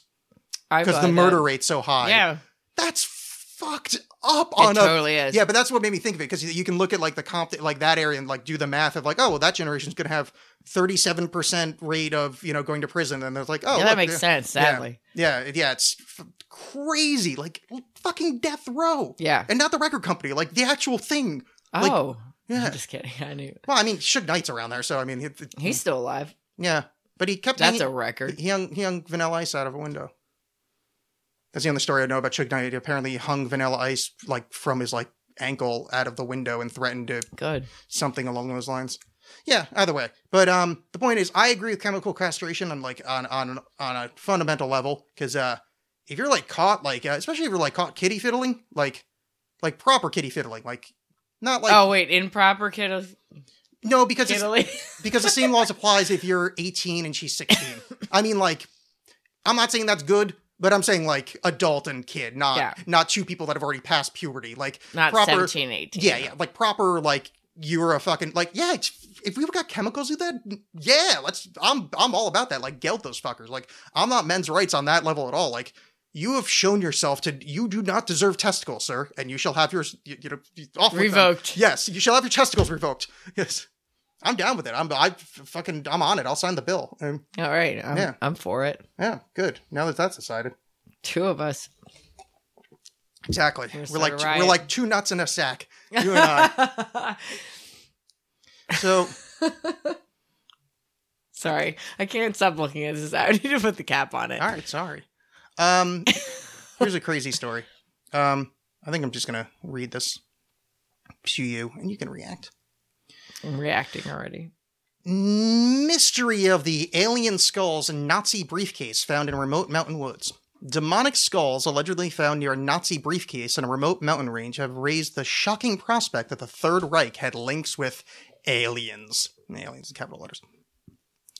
I because buy the that. murder rate's so high. Yeah, that's fucked up on it a totally is. Yeah, but that's what made me think of it because you can look at like the comp, like that area, and like do the math of like, oh, well, that generation's going to have thirty-seven percent rate of you know going to prison, and there's like, oh, Yeah, look, that makes sense. Sadly, Yeah, yeah, yeah, it's f- crazy, like fucking death row, yeah. and not the record company, like the actual thing. like- oh, Yeah, I'm just kidding. I knew well, I mean, Suge Knight's around there, so I mean, it, it- he's still alive. yeah, but he kept That's hanging- a record. He hung, he hung Vanilla Ice out of a window. That's the only story I know about Suge Knight. He apparently hung Vanilla Ice like from his like ankle out of the window and threatened to Good. something along those lines. Yeah, either way. But um, the point is, I agree with chemical castration on like on on on a fundamental level because uh, if you're like caught like uh, especially if you're like caught kitty fiddling like like proper kitty fiddling like not like oh wait, improper kiddo, no because it's, Italy. because the same laws applies if you're 18 and she's 16. I mean, like, I'm not saying that's good, but I'm saying like adult and kid, not Yeah. not two people that have already passed puberty. Like Not proper, seventeen, eighteen. yeah, yeah, like proper, like you're a fucking like yeah. it's- If we got chemicals in that, yeah, let's. I'm I'm all about that. Like geld those fuckers. Like I'm not men's rights on that level at all. Like. You have shown yourself to you do not deserve testicles, sir, and you shall have yours you, you know off with them. Revoked. Yes, you shall have your testicles revoked. Yes, I'm down with it. I'm I f- fucking I'm on it. I'll sign the bill. Um, All right, I'm, Yeah. I'm for it. yeah, good. Now that that's decided, Two of us. exactly. We're gonna We're start like a t- riot. we're like two nuts in a sack. You and I. So Sorry, I can't stop looking at this. I need to put the cap on it. all right, sorry. Um, here's a crazy story. Um, I think I'm just gonna read this to you, and you can react. I'm reacting already. Mystery of the alien skulls and Nazi briefcase found in remote mountain woods. Demonic skulls allegedly found near a Nazi briefcase in a remote mountain range have raised the shocking prospect that the Third Reich had links with aliens. Aliens in capital letters.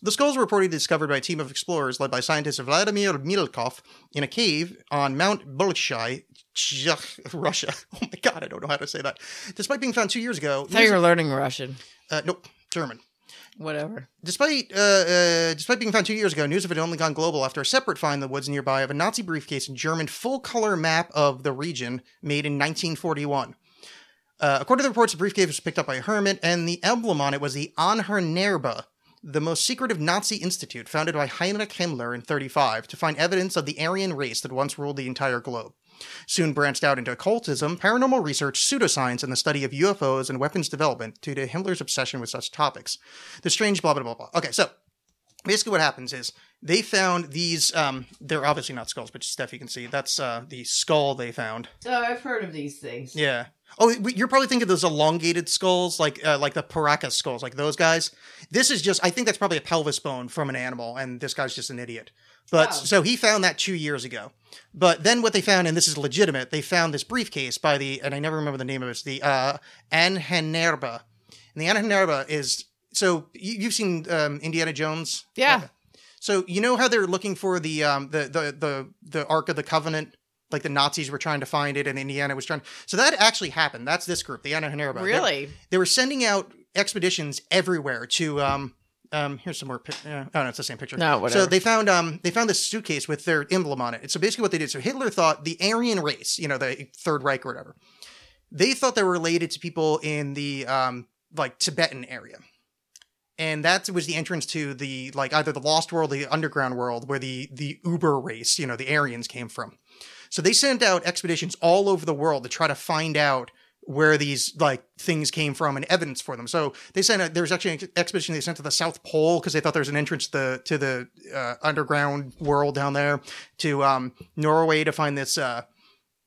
The skulls were reportedly discovered by a team of explorers led by scientist Vladimir Milkov in a cave on Mount Bolshai, Czech, Russia. Oh my god, I don't know how to say that. Despite being found two years ago, I thought you were learning Russian. uh, nope, German. Whatever. Despite uh, uh, despite being found two years ago, news of it had only gone global after a separate find in the woods nearby of a Nazi briefcase and German full color map of the region made in 1941. Uh, according to the reports, the briefcase was picked up by a hermit, and the emblem on it was the Anhernerbe, the most secretive Nazi institute founded by Heinrich Himmler in 35 to find evidence of the Aryan race that once ruled the entire globe. Soon branched out into occultism, paranormal research, pseudoscience, and the study of UFOs and weapons development due to Himmler's obsession with such topics the strange blah blah blah blah. Okay, so basically what happens is they found these. Um, they're obviously not skulls, but Steph, you can see that's uh, the skull they found. Oh, I've heard of these things. Yeah. Oh, w- you're probably thinking of those elongated skulls, like uh, like the Paracas skulls, like those guys. This is just, I think that's probably a pelvis bone from an animal, and this guy's just an idiot. But Wow. so he found that two years ago. But then what they found, and this is legitimate, they found this briefcase by the, and I never remember the name of it, it's the uh, Anhenerba. And the Anhenerba is, so you, you've seen um, Indiana Jones? Yeah. Okay. So you know how they're looking for the um the the the the Ark of the Covenant, like the Nazis were trying to find it, and Indiana was trying. So that actually happened. That's this group, the Anna Hanerba. Really? They were sending out expeditions everywhere to um um here's some more pic- uh, oh no it's the same picture No, so whatever. they found um they found this suitcase with their emblem on it and so basically what they did so hitler thought the aryan race you know the third reich or whatever they thought they were related to people in the um like tibetan area and that was the entrance to the like either the lost world or the underground world where the the uber race you know the aryans came from so they sent out expeditions all over the world to try to find out where these like things came from and evidence for them. So they sent a, there was actually an expedition they sent to the South Pole because they thought there was an entrance to the to the uh, underground world down there to um, Norway to find this uh,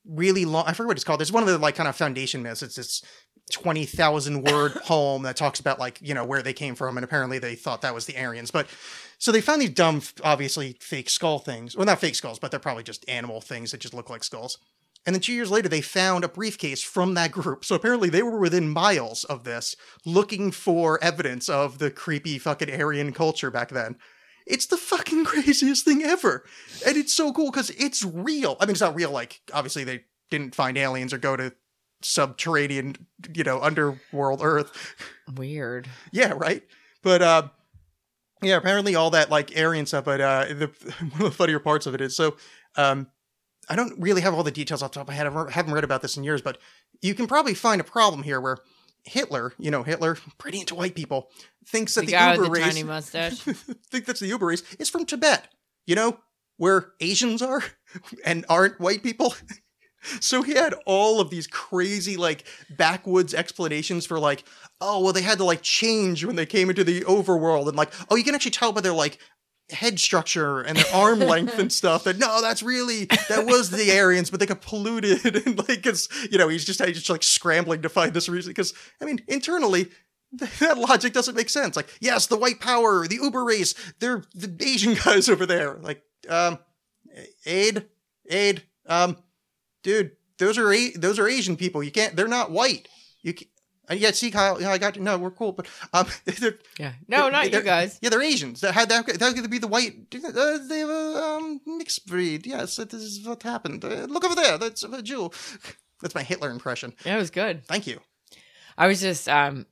really long I forget what it's called. It's one of the like kind of foundation myths. It's this twenty thousand word poem that talks about like you know where they came from and apparently they thought that was the Aryans, but. So they found these dumb, obviously fake skull things. Well, not fake skulls, but they're probably just animal things that just look like skulls. And then two years later, they found a briefcase from that group. So apparently, they were within miles of this, looking for evidence of the creepy fucking Aryan culture back then. It's the fucking craziest thing ever. And it's so cool because it's real. I mean, it's not real, like, obviously, they didn't find aliens or go to subterranean, you know, underworld Earth. Weird. Yeah, right. But uh, yeah, apparently all that like Aryan stuff. But uh, the one of the funnier parts of it is so um, I don't really have all the details off the top of my head. I re- haven't read about this in years, but you can probably find a problem here where Hitler, you know, Hitler, pretty into white people, thinks that the the, guy Uber with the race, tiny mustache. think that's the Uber race, is from Tibet, you know, where Asians are and aren't white people. So he had all of these crazy, like, backwoods explanations for, like, oh, well, they had to, like, change when they came into the overworld. And, like, oh, you can actually tell by their, like, head structure and their arm length and stuff that, no, that's really, that was the Aryans, but they got polluted. And, like, because, you know, he's just, he's just, like, scrambling to find this reason. Because, I mean, internally, that logic doesn't make sense. Like, yes, the white power, the Uber race, they're the Asian guys over there. Like, um, aid, aid, um, dude, those are a- those are Asian people. You can't. They're not white. You. Can- uh, yeah, see, Kyle. Yeah, I got you. No, we're cool, but um, they're, Yeah. No, not you they're- guys. yeah, they're Asians. That had that. That could be the white. Uh, they were um mixed breed. Yes, that is what happened. Uh, look over there. That's a Jew. That's my Hitler impression. That was good. Thank you. I was just um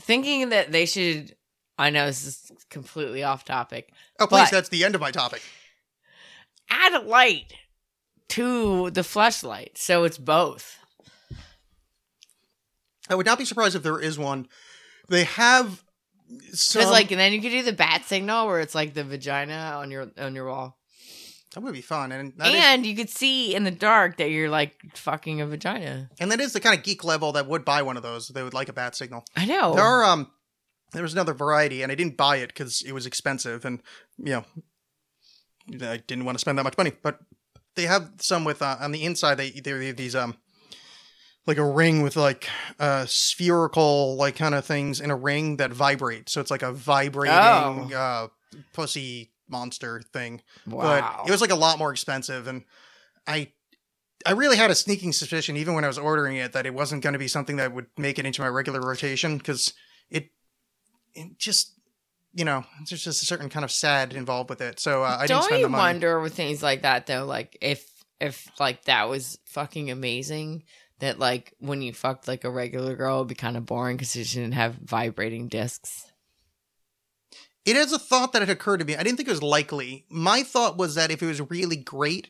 thinking that they should. I know this is completely off topic. Oh, please, But- that's the end of my topic. Add a light to the flashlight, so it's both. I would not be surprised if there is one. They have Because some. like, and then you could do the bat signal where it's like the vagina on your on your wall, that would be fun, and that is- and you could see in the dark that you're like fucking a vagina. and that is the kind of geek level that would buy one of those. They would like a bat signal. I know. There are um, there was another variety, and I didn't buy it because it was expensive, and you know, I didn't want to spend that much money. But they have some with uh, on the inside. They they have these um, like a ring with like uh spherical like kind of things in a ring that vibrate. So it's like a vibrating Oh. uh pussy monster thing. wow. but it was like a lot more expensive and i i really had a sneaking suspicion even when i was ordering it that it wasn't going to be something that would make it into my regular rotation because it it just you know there's just a certain kind of sad involved with it so uh, i Don't didn't spend you the money wonder with things like that though, like if if like that was fucking amazing, that like when you fucked like a regular girl, it'd be kind of boring because she didn't have vibrating discs. it is a thought that had occurred to me i didn't think it was likely my thought was that if it was really great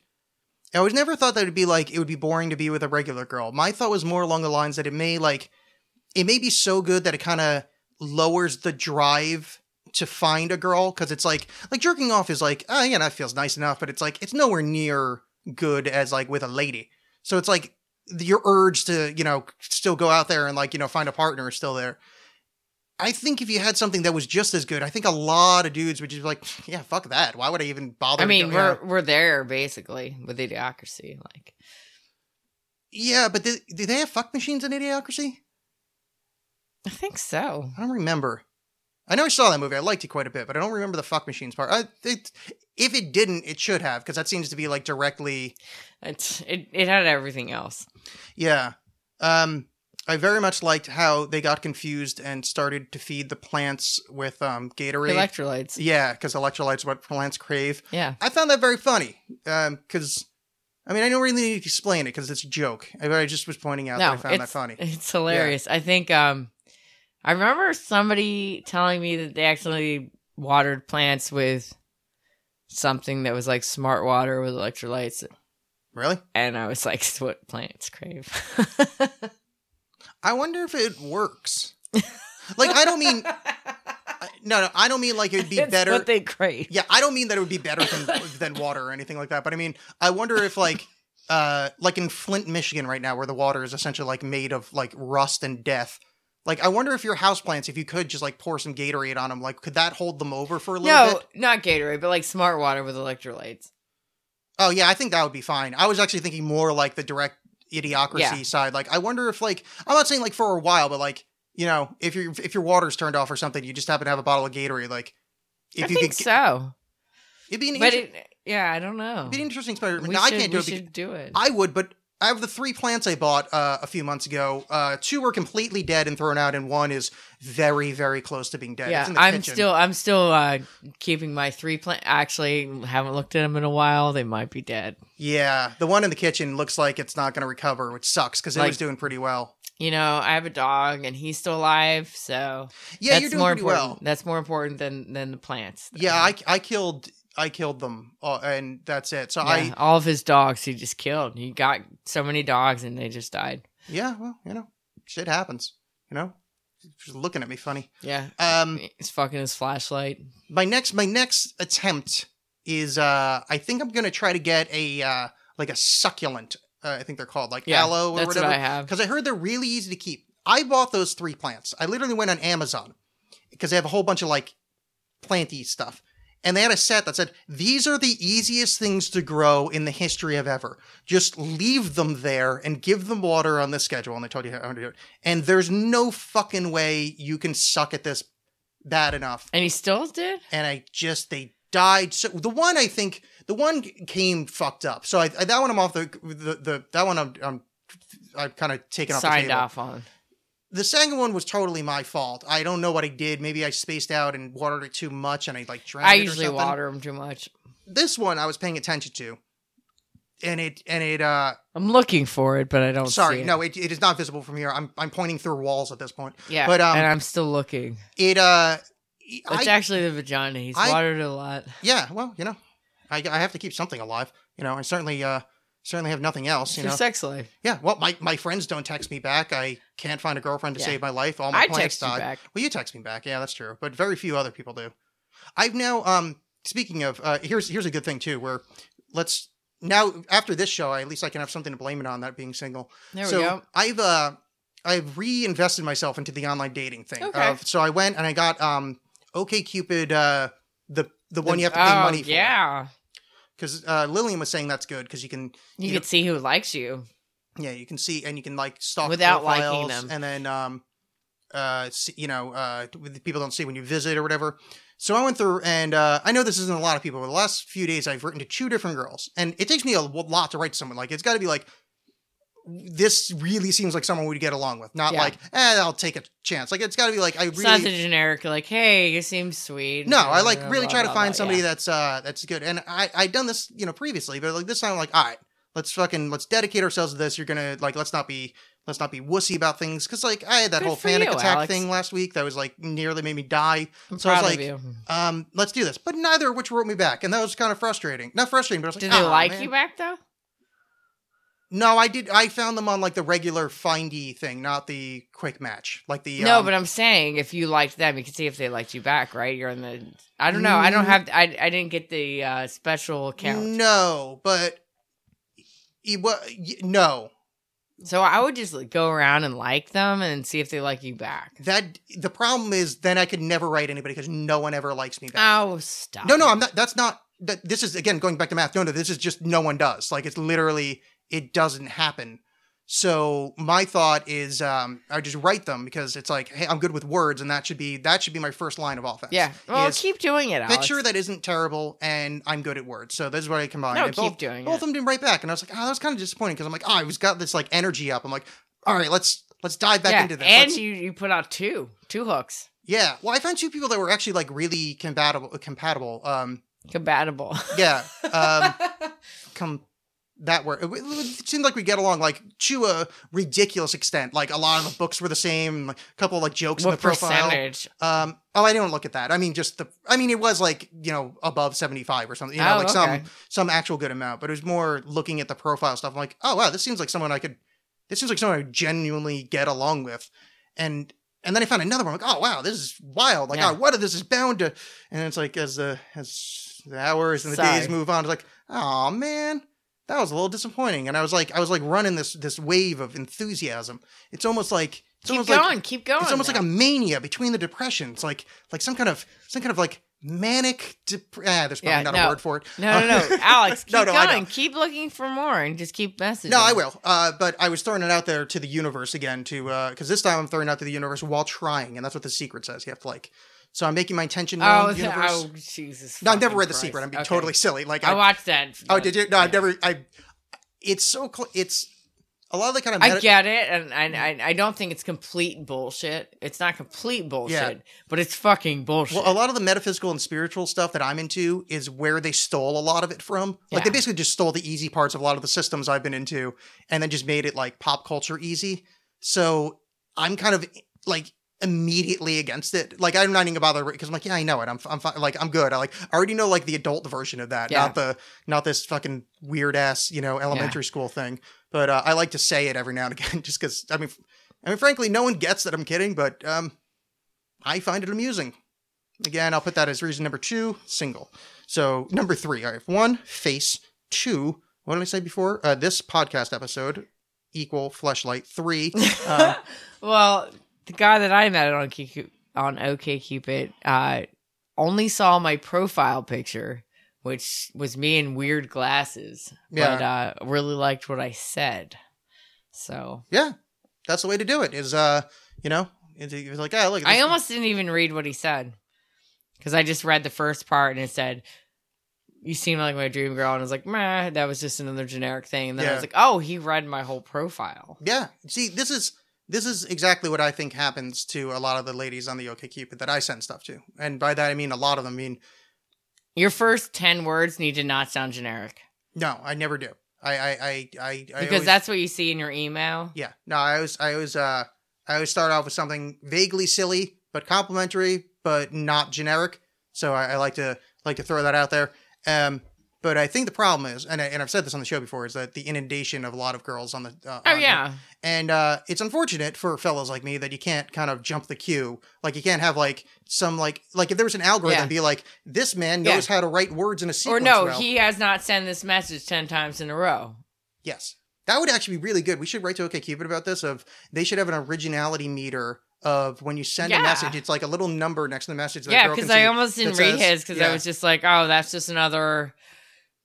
i always never thought that it would be like it would be boring to be with a regular girl my thought was more along the lines that it may like it may be so good that it kind of lowers the drive to find a girl because it's like like jerking off is like oh yeah that feels nice enough but it's like it's nowhere near good as like with a lady so it's like your urge to you know still go out there and like you know find a partner is still there i think if you had something that was just as good i think a lot of dudes would just be like yeah fuck that why would i even bother to I mean, go- we're we're there basically with idiocracy. Like, yeah but th- do they have fuck machines in idiocracy I think so. I don't remember. I know I saw that movie. I liked it quite a bit, but I don't remember the fuck machines part. I, it, if it didn't, it should have, because that seems to be like directly. It's it, it had everything else. Yeah. Um, I very much liked how they got confused and started to feed the plants with um, Gatorade. Electrolytes. yeah, because electrolytes are what plants crave. Yeah. I found that very funny, because I mean I don't really need to explain it because it's a joke. I, I just was pointing out that I No, found that it's funny. it's hilarious. I think um I remember somebody telling me that they actually watered plants with something that was like smart water with electrolytes Really? and I was like, "It's what plants crave. I wonder if it works. like I don't mean I- no, no, I don't mean like it would be It's better. what they crave. yeah, I don't mean that it would be better than than water or anything like that. But I mean, I wonder if like uh like in Flint, Michigan, right now, where the water is essentially like made of like rust and death. Like, I wonder if your houseplants, if you could just like pour some Gatorade on them, like, could that hold them over for a little No, bit? not Gatorade, but like smart water with electrolytes. Oh yeah, I think that would be fine. I was actually thinking more like the direct idiocracy Yeah. side. Like I wonder if like I'm not saying like for a while, but like you know if your if your water's turned off or something, you just happen to have a bottle of Gatorade. Like if I you think could, so. it'd be an, But inter- it, yeah, I don't know. it'd be an interesting experiment. We No, I should- can't do we it. Because should do it. I would, but I have the three plants I bought uh, a few months ago. Uh, two were completely dead and thrown out, and one is very very close to being dead. yeah, it's in the I'm kitchen. still I'm still uh, keeping my three plant. Actually, haven't looked at them in a while. They might be dead. yeah. The one in the kitchen looks like it's not going to recover, which sucks because it Like- was doing pretty well. You know, I have a dog and he's still alive, so Yeah, that's you're doing more pretty important. well. That's more important than than the plants. Yeah, I, I killed I killed them, uh, and that's it. So Yeah, I, all of his dogs he just killed. He got so many dogs and they just died. yeah, well, you know, shit happens. You know, she's looking at me funny. Yeah. Um, Mm. He's fucking his flashlight. my next my next attempt is uh I think I'm gonna try to get a uh like a succulent uh, I think they're called like Yeah, aloe or that's whatever what I have. because I heard they're really easy to keep. I bought those three plants. I literally went on Amazon because they have a whole bunch of like planty stuff. And they had a set that said, These are the easiest things to grow in the history of ever. Just leave them there and give them water on the schedule. And they told you how to do it. And there's no fucking way you can suck at this bad enough And he still did? and I just they died. So the one I think the one came fucked up. So I, I that one I'm off the the, the that one I'm, I'm I've kind of taken off the Signed table. off on. The second one was totally my fault. I don't know what I did. Maybe I spaced out and watered it too much, and I like drowned. I it or usually something. water him too much. This one I was paying attention to, and it and it uh I'm looking for it, but I don't see sorry it. no it, it is not visible from here. I'm I'm pointing through walls at this point. Yeah. but, um, and I'm still looking. It uh It's I- actually the vagina. He's I- watered it a lot. yeah well you know I I have to keep something alive you know I certainly uh certainly have nothing else It's you your know sex life. Yeah, well, my, my friends don't text me back. I can't find a girlfriend to Yeah. save my life. All my I plans text you die. back. Well, you text me back. Yeah, that's true. But very few other people do. I've now um speaking of uh here's here's a good thing too where let's now after this show I, at least I can have something to blame it on that being single. There so we go. I've uh I've reinvested myself into the online dating thing. Okay. Uh, so I went and I got um OKCupid uh the the one you have to pay oh, money for. Yeah. Because uh, Lillian was saying that's good because you can You, You can know- see who likes you. yeah, you can see and you can like stalk Without profiles, liking them. and then um, uh, see, you know, uh, with- people don't see when you visit or whatever. So I went through, and uh, I know this isn't a lot of people, but the last few days I've written to two different girls, and it takes me a w- lot to write to someone. Like it's got to be like this really seems like someone we'd get along with, not Yeah. like eh, I'll take a chance. Like it's got to be like I It's not the really. generic, like, hey, you seem sweet. No, I like Blah, really blah, try to blah, find blah. somebody Yeah. that's uh that's good. And I I done this, you know, previously, but like this time I'm like, all right, let's fucking let's dedicate ourselves to this. You're gonna like let's not be let's not be wussy about things because like I had that Good whole for panic you, attack Alex. thing last week that was like nearly made me die. I'm so I was proud like, of you. Um, let's do this. But neither of which wrote me back, and that was kind of frustrating. Not frustrating, but I was like, Did they "Ah, like man." you back though? No, I did. I found them on like the regular findy thing, not the quick match, like the No, um, but I'm saying if you liked them, you can see if they liked you back, right? You're in the. I don't know. I Mm. don't have. I, I didn't get the uh, special account, no, but it, wa- y no. so I would just like, go around and like them and see if they like you back. That the problem is, then I could never write anybody because no one ever likes me back. Oh, stop! no, no, it. I'm not. That's not. That this is again going back to math. No, no, this is just no one does. Like it's literally it doesn't happen. So my thought is, um, I just write them because it's like, hey, I'm good with words, and that should be that should be my first line of offense. Yeah. Well, is keep doing it, Alex. picture that isn't terrible, and I'm good at words. So this is what I combine. No, And both, keep doing Both it. of them did right back, and I was like, oh, that was kind of disappointing because I'm like, oh, I was got this like energy up. I'm like, all right, let's let's dive back yeah. into this. and Let's- you you put out two two hooks yeah. Well, I found two people that were actually like really compatible. Compatible. Um. compatible. Yeah. Um. com- that word. It, w- it seemed like we get along like to a ridiculous extent. Like a lot of the books were the same. Like, a couple like jokes in the what profile. percentage? Um. Oh, I didn't look at that. I mean, just the. I mean, it was like you know above seventy five or something. You know, Oh, like okay. some some actual good amount. But it was more looking at the profile stuff. I'm like, oh wow, this seems like someone I could. This seems like someone I would genuinely get along with, and and then I found another one. I'm like, oh wow, this is wild. Like, Yeah. oh, what if this is bound to? And it's like as the as the hours and the Sigh. days move on, it's like, oh man. That was a little disappointing, and I was like, I was like running this this wave of enthusiasm. It's almost like it's Keep almost going. like keep going. it's almost now. like a mania between the depressions, like like some kind of some kind of like manic. Dep- ah, there's probably Yeah, not no. a word for it. No, no, no, Alex. Keep No, no, I know. going. Keep looking for more and just keep messaging. No, I will. Uh, but I was throwing it out there to the universe again, to because this time I'm throwing it out to the universe while trying, and that's what the secret says. You have to like. So I'm making my intention known. Oh, universe. oh Jesus! no, I've never fucking read the Christ. secret. I'm being Okay. totally silly. Like I, I, watched that. oh, did you? No, I've never. I. It's so. Cl- it's a lot of the kind of. I meta- get it, and I, I I don't think it's complete bullshit. It's not complete bullshit, but it's fucking bullshit. Well, a lot of the metaphysical and spiritual stuff that I'm into is where they stole a lot of it from. Like they Yeah. basically just stole the easy parts of a lot of the systems I've been into and then just made it like pop culture easy. So I'm kind of like immediately against it. Like I'm not even gonna bother because I'm like, yeah, I know it. I'm, f- I'm fi- like, I'm good. I like, I already know like the adult version of that, Yeah. not the, not this fucking weird ass, you know, elementary school thing. But uh, I like to say it every now and again, just because I mean, f- I mean, frankly, no one gets that I'm kidding, but um, I find it amusing. Again, I'll put that as reason number two, single. So number three, I have one face, two. What did I say before? Uh, this podcast episode equal fleshlight three. Um, Well, the guy that I met on Kiku- on OKCupid uh, only saw my profile picture, which was me in weird glasses. Yeah. But uh, really liked what I said. So yeah, that's the way to do it. Is uh, you know, it's, it's like ah, look. I this- almost didn't even read what he said because I just read the first part and it said, "You seem like my dream girl," and I was like, "Meh, that was just another generic thing." And then I Yeah. was like, "Oh, he read my whole profile." Yeah. See, this is this is exactly what I think happens to a lot of the ladies on the OKCupid that I send stuff to, and by that I mean a lot of them. I mean Your first ten words need to not sound generic no, I never do. I I I I, I because always- that's what you see in your email. yeah. No, I always I always uh I always start off with something vaguely silly but complimentary but not generic. So I, I like to like to throw that out there. Um. But I think the problem is, and, I, and I've said this on the show before, is that the inundation of a lot of girls on the uh, Oh on the- yeah. And uh, it's unfortunate for fellows like me that you can't kind of jump the queue. Like you can't have like some like like if there was an algorithm, Yeah. be like this man Yeah. knows how to write words in a Or sequence. no, well. he has not sent this message ten times in a row. yes, that would actually be really good. We should write to OKCupid about this. Of they should have an originality meter of when you send Yeah. a message, it's like a little number next to the message. That a yeah, girl because can I see almost didn't that read says- his because yeah. I was just like, oh, that's just another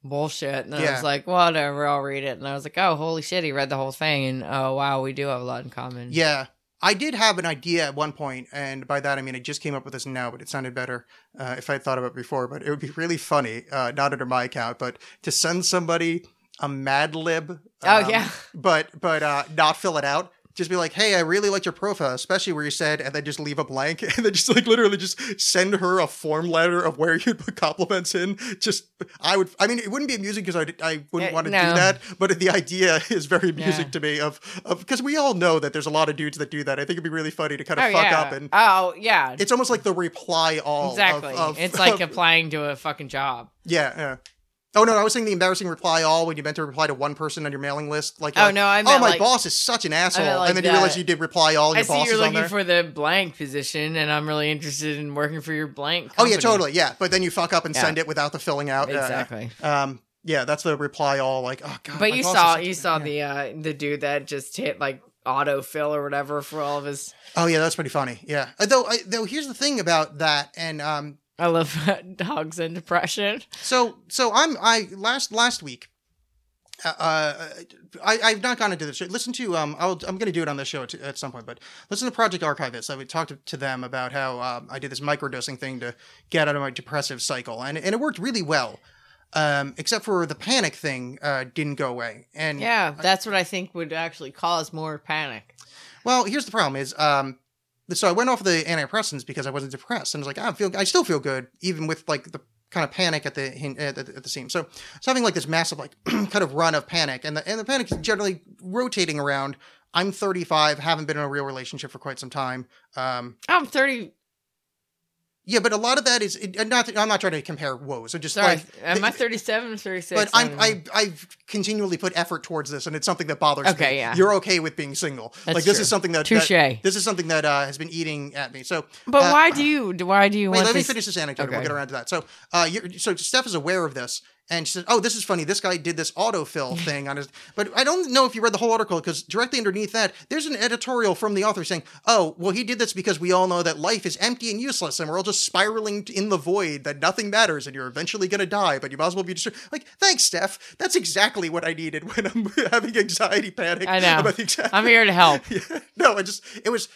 bullshit. And then I Yeah. was like, whatever, I'll read it. And I was like, oh, holy shit, he read the whole thing. And oh, wow, we do have a lot in common. Yeah. I did have an idea at one point, and by that I mean I just came up with this now, but it sounded better uh, if I had thought about it before. But it would be really funny, uh, not under my account, but to send somebody a Mad Lib. Oh, um, yeah. But but uh, not fill it out. Just be like, hey, I really liked your profile, especially where you said, and then just leave a blank, and then just like literally just send her a form letter of where you'd put compliments in. Just I would, I mean, it wouldn't be amusing because I, d- I wouldn't Uh, want to do no. that but the idea is very amusing Yeah. to me of of because we all know that there's a lot of dudes that do that. I think it'd be really funny to kind Oh, of fuck yeah. up and oh, yeah. it's almost like the reply all of- exactly. of- it's like of- applying to a fucking job. yeah yeah. Oh no, I was saying the embarrassing reply all when you meant to reply to one person on your mailing list. Like, you're Oh, like, no, I oh meant, my like- boss is such an asshole, like and then you realize that. you did reply all. And I your see boss you're is on looking there. for the blank position, and I'm really interested in working for your blank. oh yeah, company. totally yeah. But then you fuck up and Yeah. send it without the filling out. Yeah, yeah. Exactly. um. Yeah, that's the reply all. Like, oh god. But my you boss is saw such you a- saw the uh the dude that just hit like autofill or whatever for all of his Oh yeah, that's pretty funny. Yeah. Uh, Though, I, though, here's the thing about that, and um, I love dogs and depression. So so I'm I last last week. Uh, uh, I, I've not gone into this. Listen to um, I'll, I'm going to do it on this show at, at some point, but listen to Project Archivist. I would talk to, to them about how um, I did this microdosing thing to get out of my depressive cycle, and and it worked really well, um, except for the panic thing uh, didn't go away. And Yeah, that's what I think would actually cause more panic. well, here's the problem: is um, so I went off the antidepressants because I wasn't depressed, and I was like, ah, I feel, I still feel good, even with like the kind of panic at the hin- at the, at the seam. So I was having like this massive like kind of run of panic, and the and the panic is generally rotating around. I'm 35, haven't been in a real relationship for quite some time. Um, I'm 30. yeah, but a lot of that is it, and not. that- I'm not trying to compare woes. I'm just Sorry, like. am I the- 37 or 36? but I'm, I, I've continually put effort towards this, and it's something that bothers me. Okay, yeah. You're okay with being single. That's like this true. is something that, that Touche. this is something that uh, has been eating at me. So, But uh, why do you why do you Wait, want let me this- finish this anecdote. and We'll Okay. get around to that. So, uh, you're, so Steph is aware of this, and she says, "Oh, this is funny. This guy did this autofill thing on his." But I don't know if you read the whole article because directly underneath that, there's an editorial from the author saying, "Oh, well, he did this because we all know that life is empty and useless, and we're all just spiraling in the void. That nothing matters, and you're eventually gonna die. But you might as well be destroyed." Like, thanks, Steph. That's exactly what I needed when I'm having anxiety panic. I know. About the exact- I'm here to help. no, I just it was.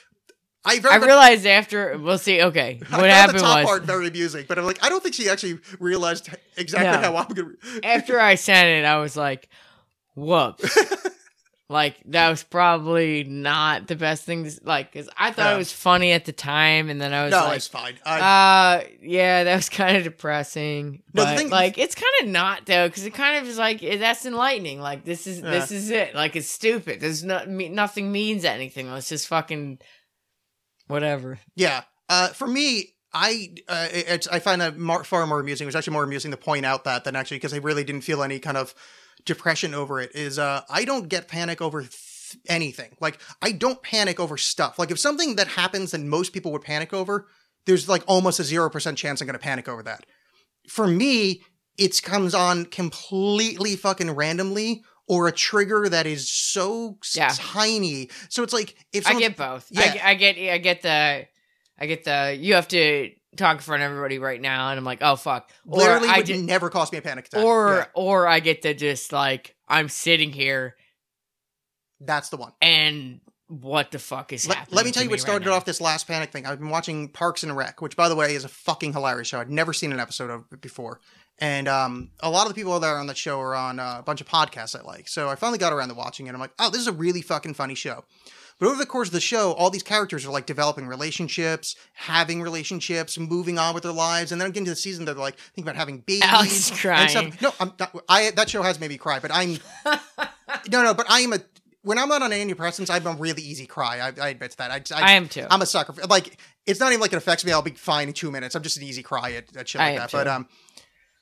I very I much realized after we'll see okay, I what found happened the top was part very amusing, but I'm like, I don't think she actually realized exactly No. how I'm gonna. after I sent it, I was like, whoops. like, that was probably not the best thing to, s- like, because I thought Yeah. it was funny at the time. And then I was No, like, it's fine. I, uh, yeah, that was kind of depressing. No, the but, thing- like, it's kind of not, though, because it kind of is like, eh, that's enlightening. Like, this is, this is it. Like, it's stupid. There's no, me, nothing means anything. Let's just fucking, Whatever. Yeah. Uh, for me, I uh, it- it's I find that mar- far more amusing. It was actually more amusing to point out that than actually because I really didn't feel any kind of depression over it. Is uh, I don't get panic over th- anything. Like I don't panic over stuff. Like if something that happens that most people would panic over, there's like almost a zero percent chance I'm going to panic over that. For me, it comes on completely fucking randomly. Or a trigger that is so s- Yeah. tiny, so it's like if I someone- get both. Yeah. I, I get I get the I get the you have to talk in front of everybody right now, and I'm like, oh fuck. Or literally I would ju- never cause me a panic attack. or Yeah, or I get to just like I'm sitting here that's the one. and what the fuck is Let, happening? let me tell to you what right started now? off this last panic thing. I've been watching Parks and Rec, which, by the way, is a fucking hilarious show. I'd never seen an episode of it before. And um, a lot of the people that are on that show are on uh, a bunch of podcasts I like. So I finally got around to watching it. I'm like, oh, this is a really fucking funny show. But over the course of the show, all these characters are like developing relationships, having relationships, moving on with their lives, and then getting to the season they're like thinking about having babies. Alex and crying. stuff. No, I'm not, I that show has made me cry, but I'm no, no, but I am a when I'm not on antidepressants, I'm a really easy cry. I, I admit to that. I, I am too. I'm a sucker. for- Like it's not even like it affects me. I'll be fine in two minutes. I'm just an easy cry at, at shit I like am that. too. But um,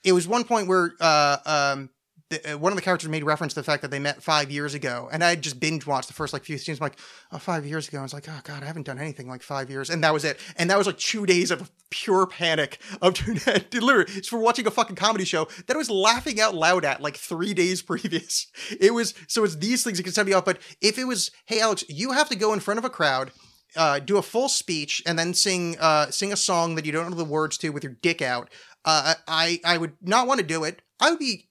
it was one point where uh um. The, uh, one of the characters made reference to the fact that they met five years ago, and I had just binge watched the first like few scenes. I'm like, oh, five years ago. I was like, oh god, I haven't done anything like five years, and that was it. And that was like two days of pure panic of literally it's for watching a fucking comedy show that I was laughing out loud at like three days previous. It was so it's these things that can set me off. But if it was, hey Alex, you have to go in front of a crowd uh, do a full speech and then sing uh, sing a song that you don't know the words to with your dick out. Uh, I I would not want to do it. I would be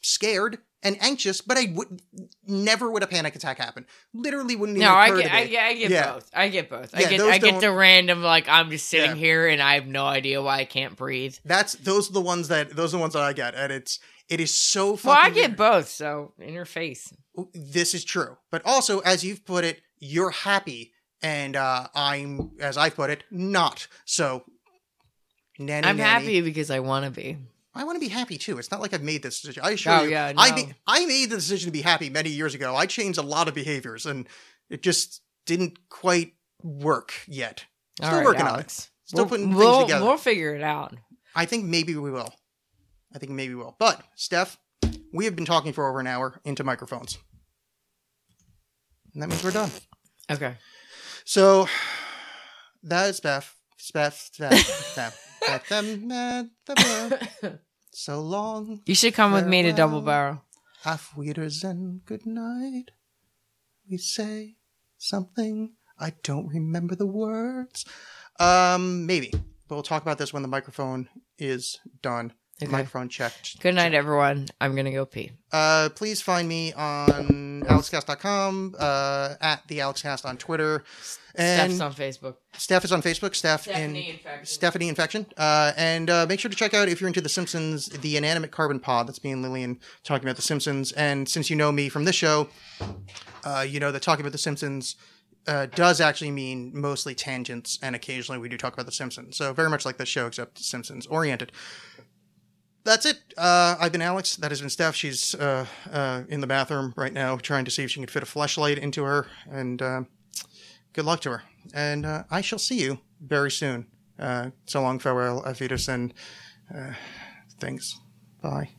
scared and anxious, but I would never would a panic attack happen. Literally wouldn't even No, I occur get, to me. I get, I get Yeah. both. I get both. I Yeah, get, those I get don't- the random like I'm just sitting Yeah. here and I have no idea why I can't breathe. That's those are the ones that those are the ones that I get, and it's it is so. Fucking Oh, Well, I get both. So in your face. this is true. But also, as you've put it, you're happy, and uh, I'm as I've put it, not so. Nanny, I'm nanny. happy because I want to be. I want to be happy too. It's not like I've made this decision. I assure Oh, you, yeah, I no. ma- I made the decision to be happy many years ago. I changed a lot of behaviors, and it just didn't quite work yet. Still All right, working on it. Alex. Still We'll- putting things we'll- together. We'll figure it out. I think maybe we will. I think maybe we will. But Steph, we have been talking for over an hour into microphones, and that means we're done. Okay. So that is Beth. Beth. Beth. Beth. Beth. them, Beth, the Beth. So long. You should come with me to Double Farewell. Barrel. Auf Wiedersehen, good night. We say something. I don't remember the words. Um, maybe. But we'll talk about this when the microphone is done. Okay. Microphone checked. Good night, everyone. I'm gonna go pee. Uh, please find me on alexcast.com, uh, at the alexcast on Twitter. And Steph's on Facebook. Steph is on Facebook. Steph Stephanie and Infection. Stephanie Infection. Uh, and uh, make sure to check out if you're into The Simpsons, the inanimate carbon pod. That's me and Lillian talking about The Simpsons. And since you know me from this show, uh, you know that talking about The Simpsons uh, does actually mean mostly tangents, and occasionally we do talk about The Simpsons. So very much like this show, except Simpsons oriented. That's it. Uh, I've been Alex. That has been Steph. She's uh, uh, in the bathroom right now, trying to see if she can fit a flashlight into her. And uh, good luck to her. And uh, I shall see you very soon. Uh, so long, farewell, auf Wiedersehen. Uh, thanks. Bye.